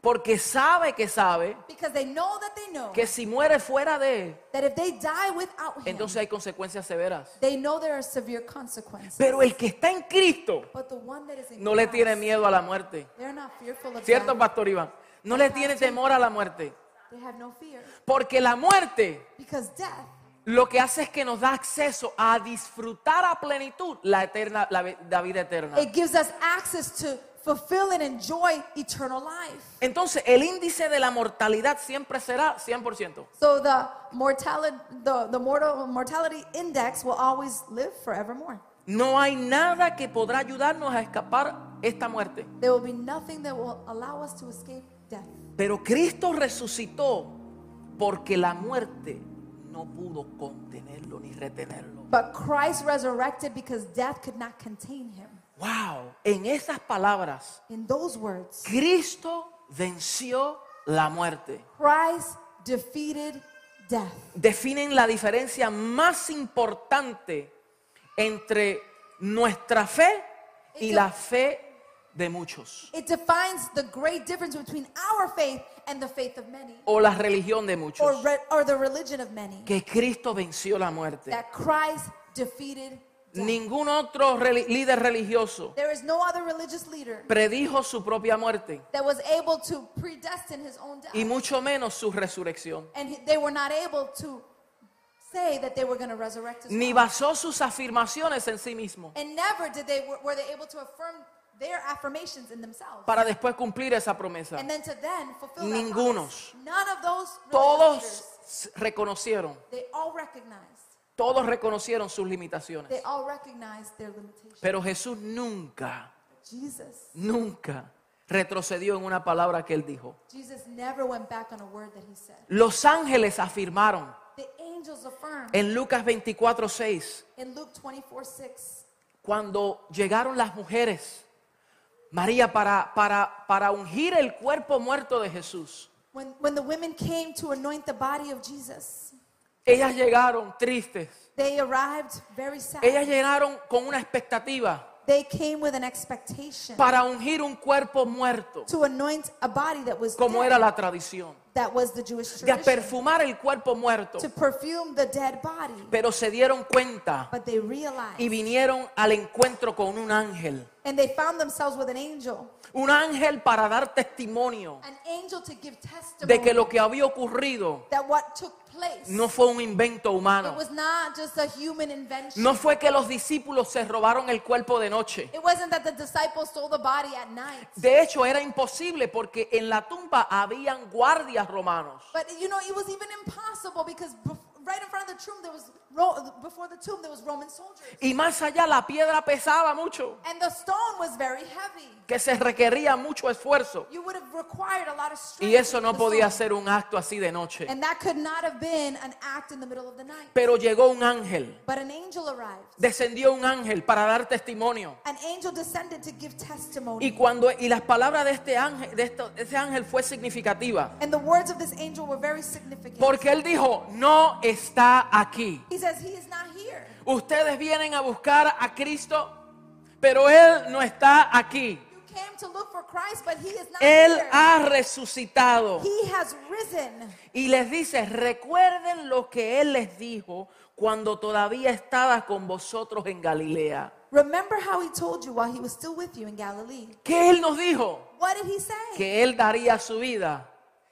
C: Porque sabe que sabe
B: because they know that they know
C: que si muere fuera de él,
B: that if they die without Him,
C: entonces hay consecuencias severas.
B: they know there are severe consequences.
C: Pero el que está en Cristo
B: But the one that is in
C: no le
B: Christ,
C: tiene miedo a la muerte.
B: They're not fearful of
C: ¿Cierto,
B: death.
C: Pastor Iván? No le tiene temor a la muerte.
B: They have no fear
C: Porque la muerte
B: because death
C: lo que hace es que nos da acceso a disfrutar a plenitud la, eterna, la, vi- la vida eterna.
B: it gives us access to fulfill and enjoy eternal life.
C: Entonces, el índice de la mortalidad siempre será 100%.
B: So the mortality the, the mortal mortality index will always live forevermore.
C: No hay nada que podrá ayudarnos a escapar esta muerte.
B: There will be nothing that will allow us to escape death.
C: Pero Cristo resucitó porque la muerte no pudo contenerlo ni retenerlo.
B: But Christ resurrected because death could not contain him.
C: Wow, en esas palabras,
B: In those words,
C: Cristo venció la muerte.
B: Christ defeated death.
C: Definen la diferencia más importante entre nuestra fe y la fe de muchos
B: It defines the great difference between our faith and the faith of many
C: o la religión de
B: or,
C: muchos.
B: re- or the religion of many.
C: Que Cristo venció la muerte.
B: that Christ defeated death.
C: Ningún otro reli- líder religioso
B: There is no other religious leader
C: predijo su propia muerte.
B: that was able to predestine his own death.
C: y mucho menos su resurrección.
B: And he- they were not able to say that they were going to resurrect his
C: ni
B: body.
C: basó sus afirmaciones en sí mismo
B: And never did they were, were they able to affirm their affirmations in themselves.
C: para después cumplir esa promesa.
B: And then to then fulfill that
C: Ningunos.
B: promise. None of those religious leaders,
C: Todos s- reconocieron,
B: they all recognized.
C: todos reconocieron sus
B: They
C: limitaciones.
B: all recognized their limitations.
C: Pero Jesús nunca,
B: Jesus,
C: nunca retrocedió en una palabra que él dijo.
B: Jesus never went back on a word that he said.
C: Los ángeles afirmaron
B: The angels affirmed
C: en Lucas 24, 6,
B: in Luke 24, 6,
C: cuando llegaron las mujeres, María, para, para, para ungir el cuerpo muerto de Jesús.
B: when, when the women came to anoint the body of Jesus,
C: Ellas llegaron tristes.
B: they arrived very sad.
C: Ellas llegaron con una expectativa
B: They came with an expectation
C: para ungir un cuerpo muerto,
B: to anoint a body that was
C: como
B: dead.
C: era la tradición,
B: that was the Jewish
C: de
B: tradition.
C: perfumar el cuerpo muerto.
B: to perfume the dead body.
C: Pero se dieron cuenta
B: But they realized
C: y vinieron al encuentro con un ángel.
B: and they found themselves with an angel,
C: Un ángel para dar testimonio
B: an angel to give testimony
C: de que lo que había ocurrido
B: that what took place
C: no fue un invento
B: it
C: humano.
B: was not just a human invention.
C: No fue que los discípulos se robaron el cuerpo de noche.
B: It wasn't that the disciples stole the body at night.
C: De hecho, era imposible porque en la tumba habían guardias romanos.
B: But you know, it was even impossible because bef- right in front of the tomb there was Ro- before the tomb there was Roman soldiers.
C: Y más allá, la piedra pesaba mucho,
B: And the stone was very heavy.
C: que se requería mucho esfuerzo.
B: You would have required a lot of strength.
C: Y eso
B: with
C: no
B: the
C: podía
B: stone.
C: ser un acto así de noche.
B: And that could not have been an act in the middle of the night.
C: Pero llegó un ángel,
B: But an angel arrived.
C: descendió un ángel para dar testimonio.
B: An angel descended to give testimony.
C: Y cuando y las palabras de este ángel, de esto- de ese ángel fue significativa,
B: And the words of this angel were very significant.
C: porque él dijo, "No está aquí.
B: he says, He is not here.
C: Ustedes vienen a buscar a Cristo, pero él no está aquí.
B: You came to look for Christ, but He is not
C: Él
B: here.
C: ha resucitado."
B: He has risen.
C: Y les dice, "Recuerden lo que él les dijo cuando todavía estaba con vosotros en Galilea."
B: Remember how He told you while He was still with you in Galilee.
C: ¿Qué él nos dijo?
B: What did He say?
C: Que él daría su vida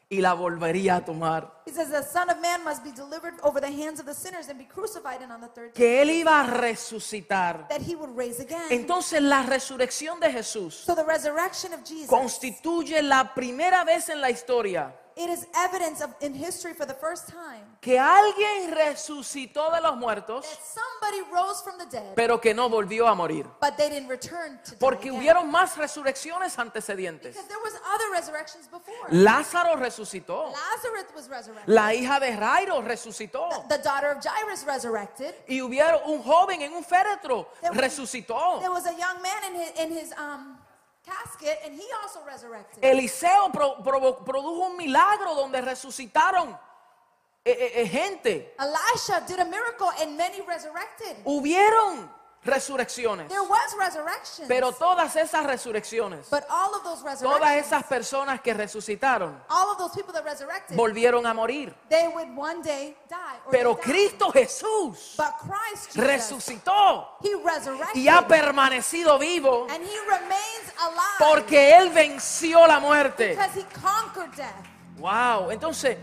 C: y la volvería a tomar.
B: He says, The Son of Man must be delivered over the hands of the sinners and be crucified, and on the third day,
C: Que él iba a resucitar.
B: that He would raise again.
C: Entonces la resurrección de Jesús
B: so the resurrection of Jesus,
C: constituye la primera vez en la historia
B: it is evidence of, in history for the first time
C: que alguien resucitó de los muertos,
B: that somebody rose from the dead,
C: pero que no volvió a morir.
B: but they didn't return to die
C: Porque
B: again.
C: hubieron más resurrecciones antecedentes.
B: Because there was other resurrections before.
C: Lázaro resucitó.
B: Lazarus was resurrected.
C: La hija de Jairo resucitó.
B: The daughter of Jairus resurrected.
C: Y hubieron un joven en un féretro
B: There was- There
C: resucitó.
B: was a young man in his, in his um, casket, and he also
C: Eh.
B: resurrected.
C: Eliseo pro- provo- produjo un milagro donde resucitaron eh, eh, eh, gente.
B: Elisha did a miracle, and many resurrected.
C: Hubieron resurrecciones.
B: There was resurrection.
C: Pero todas esas resurrecciones,
B: but all of those
C: todas
B: resurrections,
C: esas personas que resucitaron,
B: all of those people that resurrected,
C: volvieron a morir.
B: they would one day die. Or
C: Pero
B: they died.
C: Cristo Jesús
B: but Christ Jesus,
C: resucitó
B: he resurrected,
C: y ha permanecido vivo
B: and he remains alive
C: porque Él venció la muerte.
B: because he conquered death,
C: Wow, entonces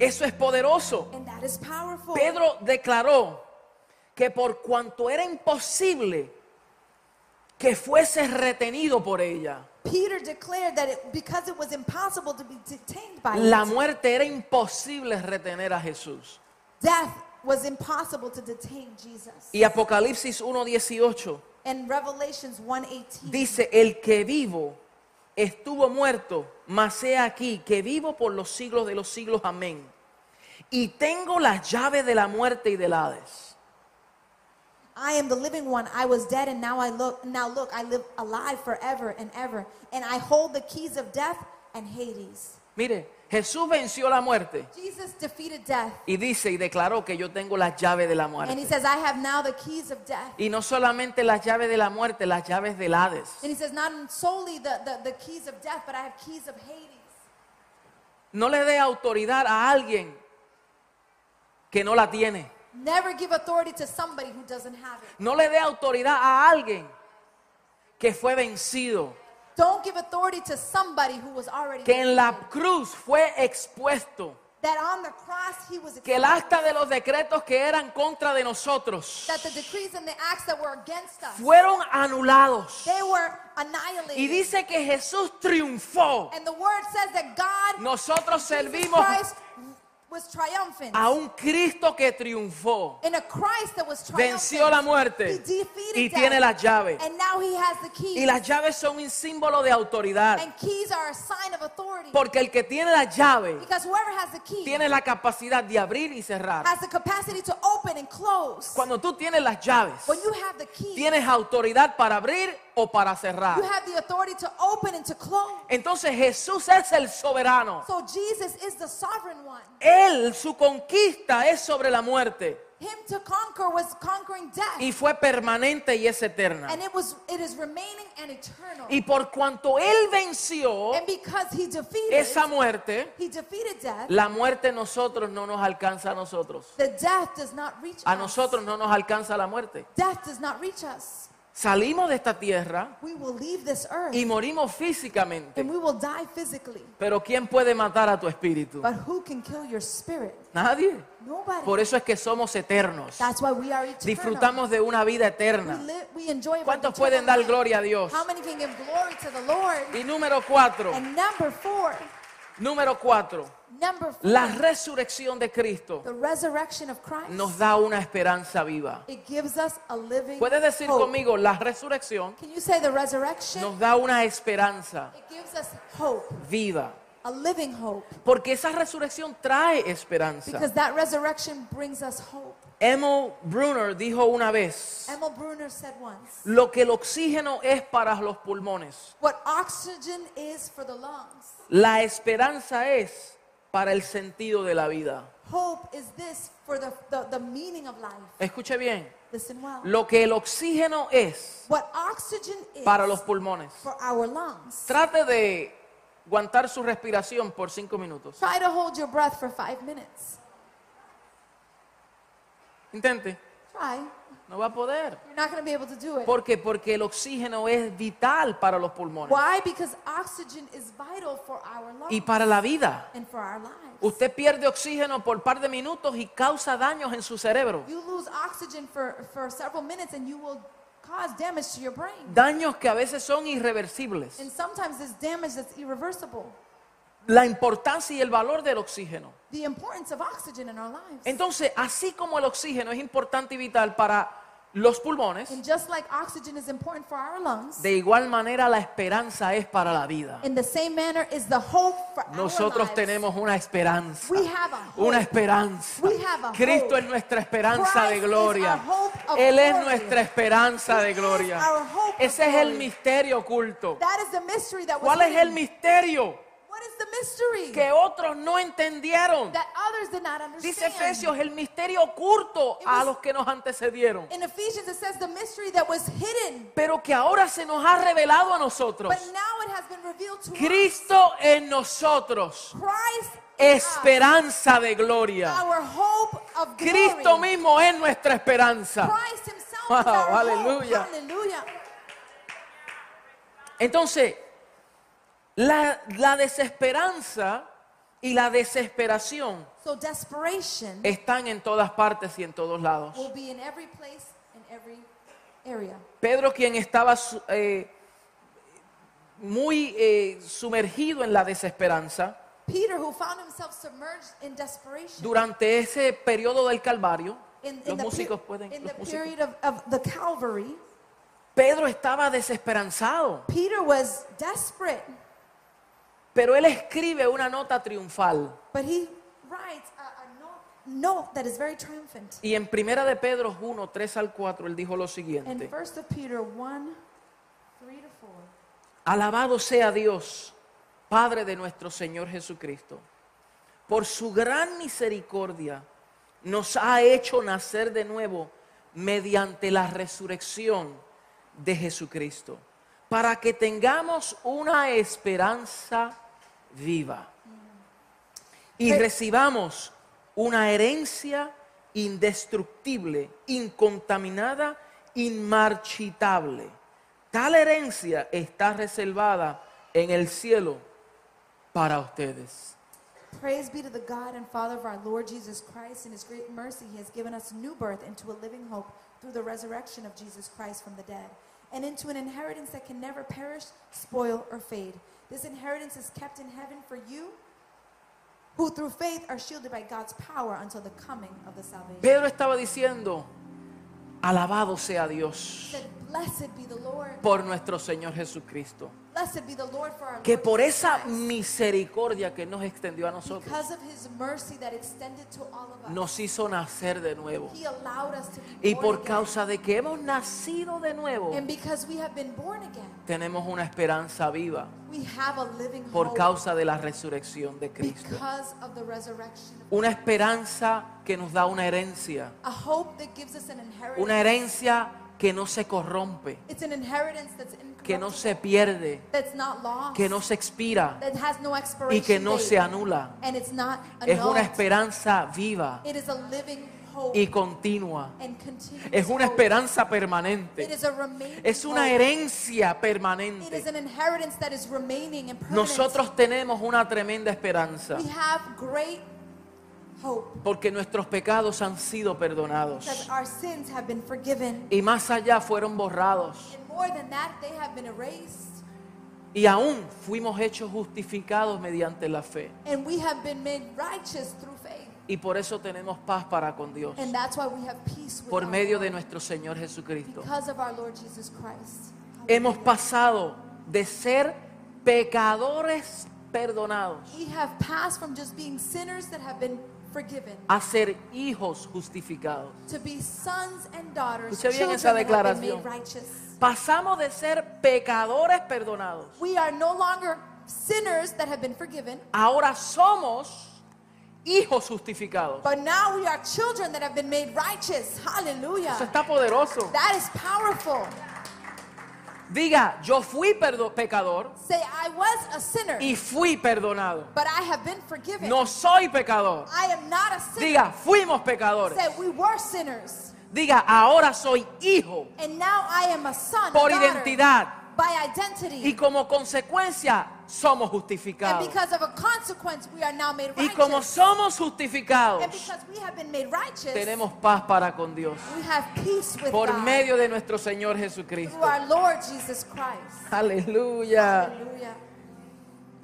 C: eso es poderoso.
B: and that is powerful.
C: Pedro declaró que por cuanto era imposible que fuese retenido por ella,
B: Peter declared that it, because it was impossible to be detained by
C: la
B: it,
C: muerte era imposible retener a Jesús.
B: death was impossible to detain Jesus.
C: Y Apocalipsis 1:18
B: And Revelations 1:18
C: dice, el que vivo estuvo muerto, mas he aquí que vivo por los siglos de los siglos, amén. Y tengo las llaves de la muerte y del Hades.
B: I am the living one. I was dead and now I look now look I live alive forever and ever and I hold the keys of death and Hades.
C: Mire, Jesús venció la muerte
B: Jesus defeated death
C: y dice y declaró que yo tengo las llaves de la
B: and he
C: muerte.
B: says I have now the keys of death.
C: Y no solamente las llaves de la muerte, las llaves del Hades.
B: And he says not solely the, the, the keys of death but I have keys of Hades.
C: No le dé autoridad a alguien que no la tiene.
B: Never give authority to somebody who doesn't have it.
C: No le dé autoridad a alguien que fue vencido.
B: Don't give authority to somebody who was already
C: que en la
B: defeated,
C: cruz fue expuesto,
B: that on the cross he was
C: que el
B: exposed,
C: acta de los decretos que eran contra de nosotros
B: that the decrees and the acts that were against us
C: fueron anulados.
B: they were
C: Y
B: annihilated
C: dice que Jesús triunfó.
B: and the word says that God
C: Nosotros
B: Jesus
C: servimos
B: Christ was triumphant
C: a un Cristo que triunfó.
B: in a Christ that was triumphant
C: Venció la
B: he
C: muerte
B: defeated
C: y
B: death,
C: tiene las llaves.
B: and now he has the keys
C: Y las llaves son un símbolo de autoridad.
B: and keys are a sign of authority
C: Porque el que tiene la llave
B: because whoever has the key
C: tiene la capacidad de abrir y cerrar.
B: has the capacity to open and close
C: Cuando tú tienes las llaves,
B: when you have the key
C: tienes autoridad para abrir o para cerrar.
B: you have the authority to open and to close
C: Entonces Jesús es el soberano.
B: so Jesus is the sovereign one
C: Él, su conquista es sobre la muerte
B: Him to conquer was conquering death.
C: y fue permanente y es eterna.
B: and it was it is remaining and eternal.
C: Y por cuanto Él venció
B: and because he defeated
C: esa muerte,
B: he defeated death,
C: la muerte a nosotros no nos alcanza a nosotros.
B: the death does not reach
C: A
B: us.
C: nosotros no nos alcanza la muerte.
B: Death does not reach us.
C: Salimos de esta tierra
B: We will leave this earth
C: y morimos físicamente.
B: and we will die physically.
C: Pero ¿quién puede matar a tu espíritu?
B: But who can kill your spirit?
C: Nadie.
B: Nobody.
C: Por eso es que somos eternos.
B: That's why we are eternal.
C: Disfrutamos de una vida
B: we,
C: eterna.
B: live, we enjoy our
C: ¿Cuántos
B: eternal
C: pueden dar
B: life?
C: gloria a Dios?
B: How many can give glory to the Lord?
C: Y número cuatro,
B: And number four,
C: número cuatro,
B: number four,
C: la resurrección de Cristo
B: the resurrection of Christ.
C: nos da una esperanza viva.
B: It gives us a living
C: Puedes decir
B: hope.
C: conmigo, la resurrección
B: Can you say the resurrection?
C: nos da una esperanza
B: It gives us hope,
C: viva.
B: a living hope,
C: Porque esa resurrección trae esperanza.
B: because that resurrection brings us hope.
C: Emil Brunner dijo una vez,
B: Emil Brunner said once,
C: lo que el oxígeno es para los pulmones,
B: "What oxygen is for the lungs,
C: la esperanza es para el sentido de la vida.
B: hope is this for the the, the meaning of life."
C: Escuche bien,
B: Listen well.
C: lo que el oxígeno es
B: What oxygen is
C: para los pulmones.
B: for our lungs.
C: Trate de aguantar su respiración por cinco minutos.
B: Try to hold your breath for five minutes.
C: Intente.
B: Try.
C: No va a poder.
B: You're not going to be able to do it.
C: ¿Por qué? Porque el oxígeno es vital para los pulmones
B: Why? Because oxygen is vital for our lungs
C: y para la vida.
B: and for our lives.
C: Usted pierde oxígeno por par de minutos y causa daños en su cerebro.
B: You lose oxygen for, for several minutes and you will cause damage to your brain.
C: Daños que a veces son irreversibles.
B: And sometimes it's damage that's irreversible.
C: La importancia y el valor del oxígeno.
B: The importance of oxygen in our lives.
C: Entonces, así como el oxígeno es importante y vital para los pulmones,
B: And just like oxygen is important for our lungs,
C: de igual manera la esperanza es para la vida.
B: in the same manner is the hope for our
C: Nosotros
B: lives.
C: tenemos una esperanza.
B: We have a hope.
C: Una esperanza.
B: We have a
C: Cristo es
B: hope.
C: nuestra esperanza de
B: Christ is
C: gloria.
B: our hope of
C: Él es
B: glory.
C: nuestra esperanza
B: He
C: de
B: is
C: gloria.
B: our hope of
C: Ese es el
B: glory.
C: misterio oculto.
B: That is the mystery that was
C: ¿Cuál es el
B: hidden.
C: misterio
B: What is the mystery
C: que otros no entendieron?
B: that others did not
C: Dice
B: understand?
C: Efesios, el misterio oculto
B: It
C: a
B: was-
C: los que nos antecedieron,
B: in Ephesians it says the mystery that was hidden,
C: pero que ahora se nos ha revelado a nosotros.
B: but now it has been revealed to
C: Cristo en nosotros,
B: us. Christ in us.
C: esperanza de gloria.
B: Ah. Our hope of glory.
C: Cristo mismo es nuestra esperanza.
B: Christ himself
C: Wow,
B: is our
C: hallelujah.
B: hope. Hallelujah.
C: Entonces, la, la desesperanza y la desesperación
B: So desperation
C: están en todas partes y en todos lados.
B: will be in every place, in every area.
C: Pedro, quien estaba su- eh, muy eh, sumergido en la desesperanza,
B: Peter, who found himself submerged in desperation
C: durante ese periodo del Calvario,
B: in, in
C: los
B: the,
C: músicos
B: pe-
C: pueden...
B: in
C: los
B: the
C: músicos.
B: period of, of the Calvary,
C: Pedro estaba desesperanzado,
B: Peter was desperate,
C: pero él escribe una nota triunfal.
B: but he writes a, a note, note that is very triumphant.
C: Y en Primera de Pedro 1, 3 al 4, él dijo lo
B: In
C: siguiente.
B: 1 of Peter 1, 3 to 4.
C: Alabado sea Dios, Padre de nuestro Señor Jesucristo. Por su gran misericordia nos ha hecho nacer de nuevo mediante la resurrección de Jesucristo, para que tengamos una esperanza viva y
B: Pero-
C: recibamos una herencia indestructible, incontaminada, inmarchitable. Tal herencia está reservada en el cielo para ustedes,
B: Praise be to the God and Father of our Lord Jesus Christ. In his great mercy, he has given us new birth into a living hope through the resurrection of Jesus Christ from the dead, and into an inheritance that can never perish, spoil, or fade. This inheritance is kept in heaven for you who through faith are shielded by God's power until the coming of the salvation.
C: Pedro estaba diciendo, alabado sea Dios
B: Said, Blessed be the Lord.
C: por nuestro Señor Jesucristo,
B: Blessed be the Lord for our
C: que
B: Lord
C: por
B: Jesus
C: esa
B: Christ.
C: misericordia que nos extendió a nosotros,
B: Because of his mercy that extended to all of us,
C: nos hizo nacer de nuevo.
B: he allowed us to be
C: Y
B: born
C: por
B: again.
C: causa de que hemos nacido de nuevo,
B: And because we have been born again,
C: tenemos una esperanza viva
B: we have a living
C: por
B: hope
C: causa de la resurrección de Cristo.
B: because of the resurrection. of-
C: Una esperanza que nos da una herencia,
B: A hope that gives us an inheritance.
C: una herencia que no se corrompe,
B: It's an inheritance that's incorruptible,
C: que no se pierde,
B: that's not lost,
C: que no se expira
B: that has no
C: y
B: expiration
C: que no
B: date,
C: se anula.
B: and it's not
C: Es una
B: annulled.
C: esperanza viva
B: It is a living hope
C: y continua.
B: and continuous
C: Es una
B: hope.
C: esperanza
B: It
C: permanente.
B: is a remaining
C: Es una
B: hope.
C: herencia
B: It is
C: permanente.
B: an inheritance that is remaining and permanent.
C: Nosotros tenemos una tremenda esperanza
B: we have great hope
C: porque nuestros pecados han sido
B: that
C: perdonados
B: our sins have been forgiven.
C: y más allá fueron borrados
B: And more than that, they have been erased.
C: y aún fuimos hechos justificados mediante la fe.
B: And we have been made righteous through faith.
C: Y por eso tenemos paz para con Dios
B: And that's why we have peace with
C: por
B: our
C: medio
B: Lord,
C: de nuestro Señor Jesucristo.
B: because of our Lord Jesus Christ.
C: Hemos
B: Hallelujah.
C: pasado de ser pecadores perdonados
B: We have passed from just being sinners that have been forgiven
C: a ser hijos justificados.
B: to be sons and daughters,
C: Escuche bien
B: children
C: esa
B: that have been
C: declaración.
B: made righteous.
C: Pasamos de ser pecadores perdonados.
B: We are no longer sinners that have been forgiven,
C: Ahora somos hijos justificados.
B: but now we are children that have been made righteous.
C: Eso
B: Hallelujah.
C: está poderoso.
B: That is powerful.
C: Diga, yo fui perdo- pecador
B: Say, I was a sinner,
C: y fui perdonado.
B: but I have been forgiven.
C: No soy pecador.
B: I am not a sinner.
C: Diga, fuimos pecadores.
B: Say, we were sinners,
C: Diga, ahora soy hijo
B: and now I am a son. a
C: por
B: daughter,
C: identidad
B: By identity.
C: y como consecuencia somos
B: And
C: justificados.
B: because of a consequence, we are now made
C: Y
B: righteous.
C: como somos
B: and
C: justificados,
B: because we have been made righteous,
C: tenemos paz para con Dios
B: we have peace with
C: por
B: God
C: medio de nuestro Señor
B: through
C: Jesucristo.
B: our Lord Jesus Christ.
C: Aleluya.
B: Hallelujah.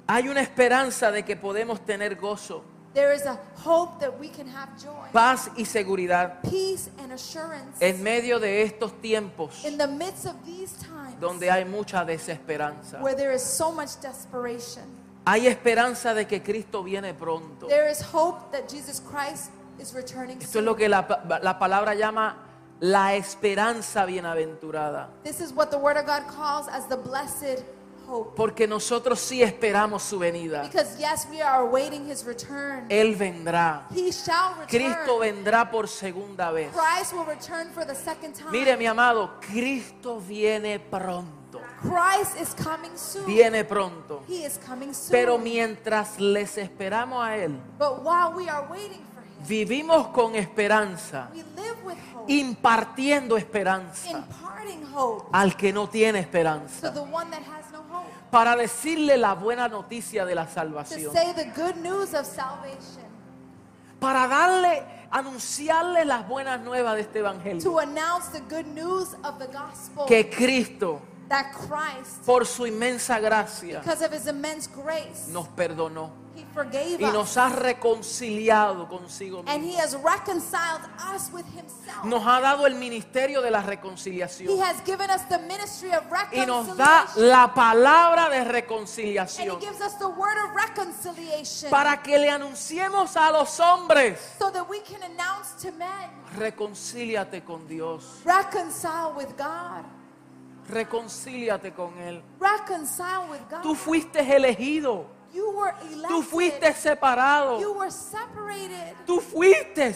C: Hay una esperanza de que podemos tener gozo,
B: There is a hope that we can have joy,
C: paz y seguridad
B: peace, and assurance
C: en medio de estos tiempos
B: in the midst of these times
C: donde hay mucha desesperanza.
B: where there is so much desperation.
C: Hay esperanza de que Cristo viene pronto.
B: There is hope that Jesus Christ is returning
C: Esto
B: soon.
C: es lo que la, pa- la palabra llama la esperanza bienaventurada.
B: This is what the Word of God calls as the blessed hope.
C: Porque nosotros sí esperamos su venida.
B: Because yes, we are awaiting His return.
C: Él vendrá.
B: He shall return.
C: Cristo vendrá por segunda vez.
B: Christ will return for the second time.
C: Mire, mi amado, Cristo viene pronto.
B: Christ is coming soon.
C: Viene pronto.
B: He is coming soon.
C: Pero mientras les esperamos a Él,
B: but while we are waiting for him,
C: vivimos con esperanza,
B: we live with hope,
C: impartiendo esperanza
B: imparting hope
C: al que no tiene
B: to
C: esperanza,
B: the one that has no hope,
C: para decirle la buena noticia de la
B: to
C: salvación,
B: say the good news of salvation,
C: para darle, anunciarle las buenas nuevas de este evangelio,
B: to announce the good news of the gospel
C: que Cristo,
B: that Christ,
C: por su inmensa gracia,
B: because of his immense grace,
C: nos perdonó
B: he forgave
C: y
B: us
C: nos ha reconciliado consigo
B: and
C: mismo.
B: he has reconciled us with himself.
C: Nos ha dado el ministerio de la
B: he
C: reconciliación.
B: has given us the ministry of
C: y nos
B: reconciliation.
C: da la palabra de
B: And he
C: reconciliación
B: gives us the word of reconciliation
C: para que le anunciemos a los hombres,
B: so that we can announce to men,
C: reconcíliate con Dios,
B: reconcile with God,
C: reconcíliate con Él.
B: reconcile with God.
C: Tú fuiste elegido,
B: you were
C: tú
B: elected,
C: fuiste
B: you
C: separado,
B: were separated,
C: tú fuiste,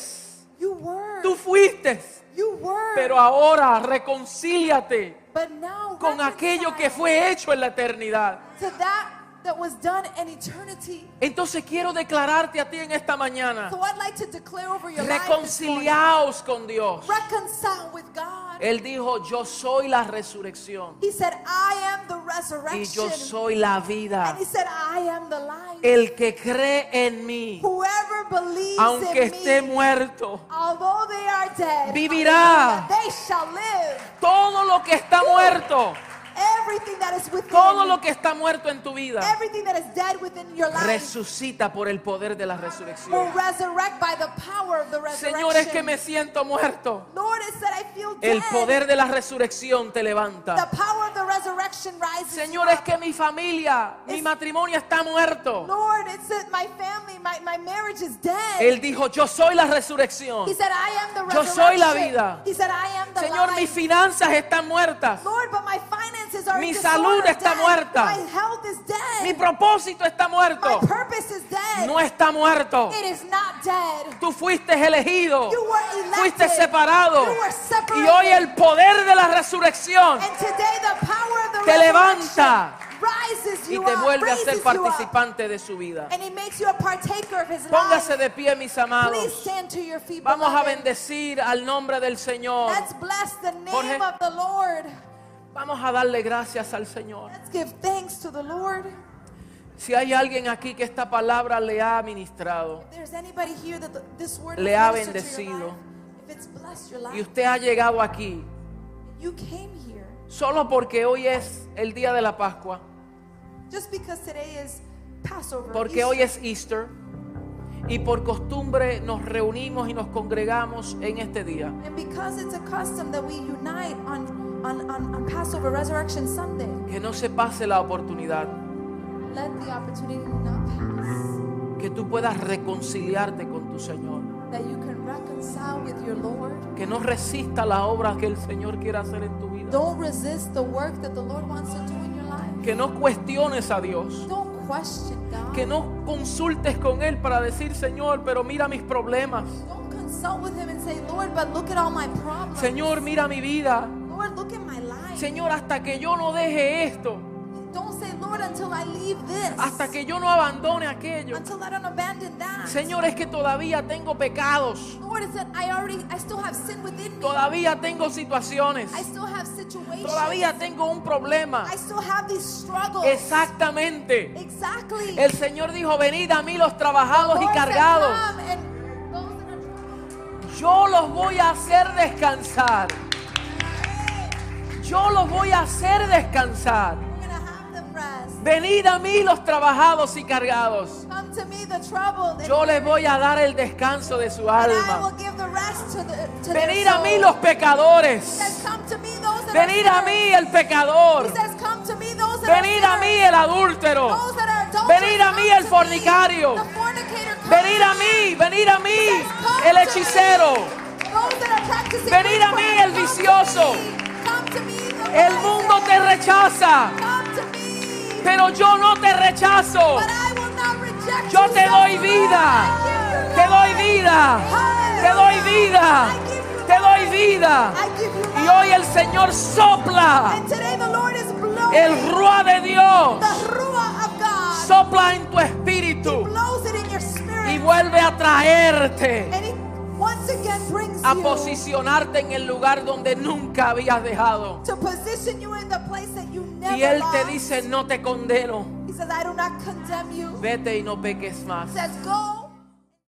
B: you were,
C: tú fuiste,
B: you were,
C: pero ahora reconcíliate
B: but now
C: con aquello que fue hecho en la eternidad.
B: to that that was done in eternity.
C: Entonces quiero declararte a ti en esta mañana,
B: So I'd like to declare over your life this morning,
C: reconciliaos con Dios.
B: reconcile with God.
C: Él dijo, yo soy la resurrección
B: He said, I am the
C: y yo
B: resurrection.
C: soy Eh, la vida.
B: And he said, I am the life.
C: El que cree en mí,
B: Whoever believes
C: aunque
B: in
C: esté
B: me,
C: muerto,
B: although they are dead,
C: Vivirá.
B: hallelujah, they shall live.
C: todo lo que está muerto,
B: Everything that is within
C: todo lo que está muerto en tu vida,
B: everything that is dead within your life Oh,
C: resucita por el poder de la resurrección.
B: will resurrect by the power of the resurrection.
C: Señor, es que me siento muerto.
B: Lord, it said, I feel dead.
C: El poder de la resurrección te
B: the
C: levanta.
B: power of the resurrection rises. you
C: Señor, es
B: up.
C: que mi familia, mi matrimonio está muerto.
B: Lord, it said, my family, my, my marriage is dead.
C: Él dijo, yo soy la resurrección.
B: he said, I am the
C: Yo
B: resurrection.
C: soy la vida.
B: He said, I am the
C: Señor, mis
B: life.
C: finanzas están muertas.
B: Lord, but my finances are
C: Mi
B: in
C: salud
B: disorder,
C: está
B: dead.
C: muerta.
B: My health is dead.
C: Mi propósito está muerto.
B: my purpose is dead.
C: No está muerto.
B: it is not dead.
C: Tú fuiste elegido.
B: You were elected.
C: Fuiste separado.
B: You were separated.
C: Y hoy el poder de la resurrección
B: And today the power of the
C: Te
B: resurrection
C: levanta.
B: rises
C: y
B: you
C: te
B: up,
C: vuelve a
B: raises
C: ser
B: you up,
C: participante de su vida.
B: And it makes you a partaker of his
C: Póngase
B: life.
C: de pie, mis
B: Please
C: amados.
B: stand to your feet.
C: Vamos a
B: beloved.
C: bendecir al nombre del Señor.
B: Let's bless the name
C: Jorge.
B: of the Lord.
C: Vamos a darle gracias al Señor.
B: Let's give thanks to the Lord.
C: Si hay alguien aquí que esta palabra le ha ministrado
B: If there's anybody here that the- this word
C: Le
B: has
C: ha
B: ministered to your
C: bendecido.
B: life, if it's blessed your life,
C: y usted ha llegado aquí
B: you came here
C: solo porque hoy es el día de la Pascua,
B: just because today is Passover.
C: porque
B: Easter.
C: hoy es Easter y por costumbre nos reunimos y nos congregamos en este día.
B: And because it's a custom that we unite on, on, on, on Passover Resurrection Sunday,
C: Que no se pase la oportunidad,
B: let the opportunity not pass
C: que tú puedas reconciliarte con tu Señor,
B: that you can reconcile with your Lord.
C: que no resista la obra que el Señor quiera hacer en tu vida,
B: Don't resist the work that the Lord wants to do in your life.
C: que no cuestiones a Dios.
B: Don't question God.
C: Que no consultes con Él para decir, Señor, pero mira mis problemas.
B: Don't consult with Him and say, Lord, but look at all my problems.
C: Señor, mira mi vida.
B: Lord, look at my life.
C: Señor, hasta que yo no deje esto,
B: Don't say, Lord, until I leave this.
C: hasta que yo no abandone aquello.
B: until I don't abandon that.
C: Señor, es que todavía tengo pecados,
B: Lord, it's that I already, I still have sin within me.
C: todavía tengo situaciones,
B: I still have situations.
C: todavía tengo un problema.
B: I still have these struggles.
C: Exactamente.
B: Exactly.
C: El Señor dijo, venid a mí los
B: Lord
C: trabajados y
B: said,
C: cargados.
B: "Come," and those that are troubled,
C: Yo los voy a hacer descansar. Yo los voy a hacer descansar.
B: we're gonna have them rest.
C: Venid a mí los trabajados y cargados.
B: Come to me, the troubled, and
C: Yo les voy a dar el descanso de su
B: and I
C: alma.
B: will give the rest to the to their
C: Venid a
B: soul."
C: mí los
B: He says,
C: pecadores.
B: "Come to me, those that are
C: Venid a mí
B: sinners."
C: el pecador.
B: He says, "Come to me, those that are
C: Venid a mí
B: sinners."
C: el adúltero.
B: Those that are adulterers,
C: Venid a
B: come
C: mí el
B: to me.
C: fornicario.
B: The fornicator, come
C: Venid
B: to
C: a
B: me.
C: mí, venid a mí
B: He says, "Come
C: el
B: to
C: hechicero.
B: me." Those that are practicing
C: Venid a mí
B: witchcraft,
C: el
B: come to
C: vicioso.
B: me. Come to me, the
C: El
B: wiser.
C: mundo te rechaza,
B: Come to me.
C: pero yo no te rechazo.
B: But I will not reject
C: Yo
B: you,
C: te
B: so
C: doy
B: Lord,
C: vida,
B: I give you
C: te doy
B: life.
C: vida, te doy vida, te doy vida.
B: I give
C: Y
B: you life.
C: hoy el Señor sopla
B: And today the Lord is blowing
C: el rúa de
B: the
C: Dios,
B: ruah of God.
C: sopla en tu espíritu
B: blows it in your spirit.
C: y vuelve a traerte.
B: and he once again brings
C: a
B: you
C: posicionarte en el lugar donde nunca habías dejado.
B: to position you in the place that you never
C: Y Él te
B: lost.
C: dice, no te condeno,
B: he says, I do not condemn you.
C: vete y no peques más.
B: He says, go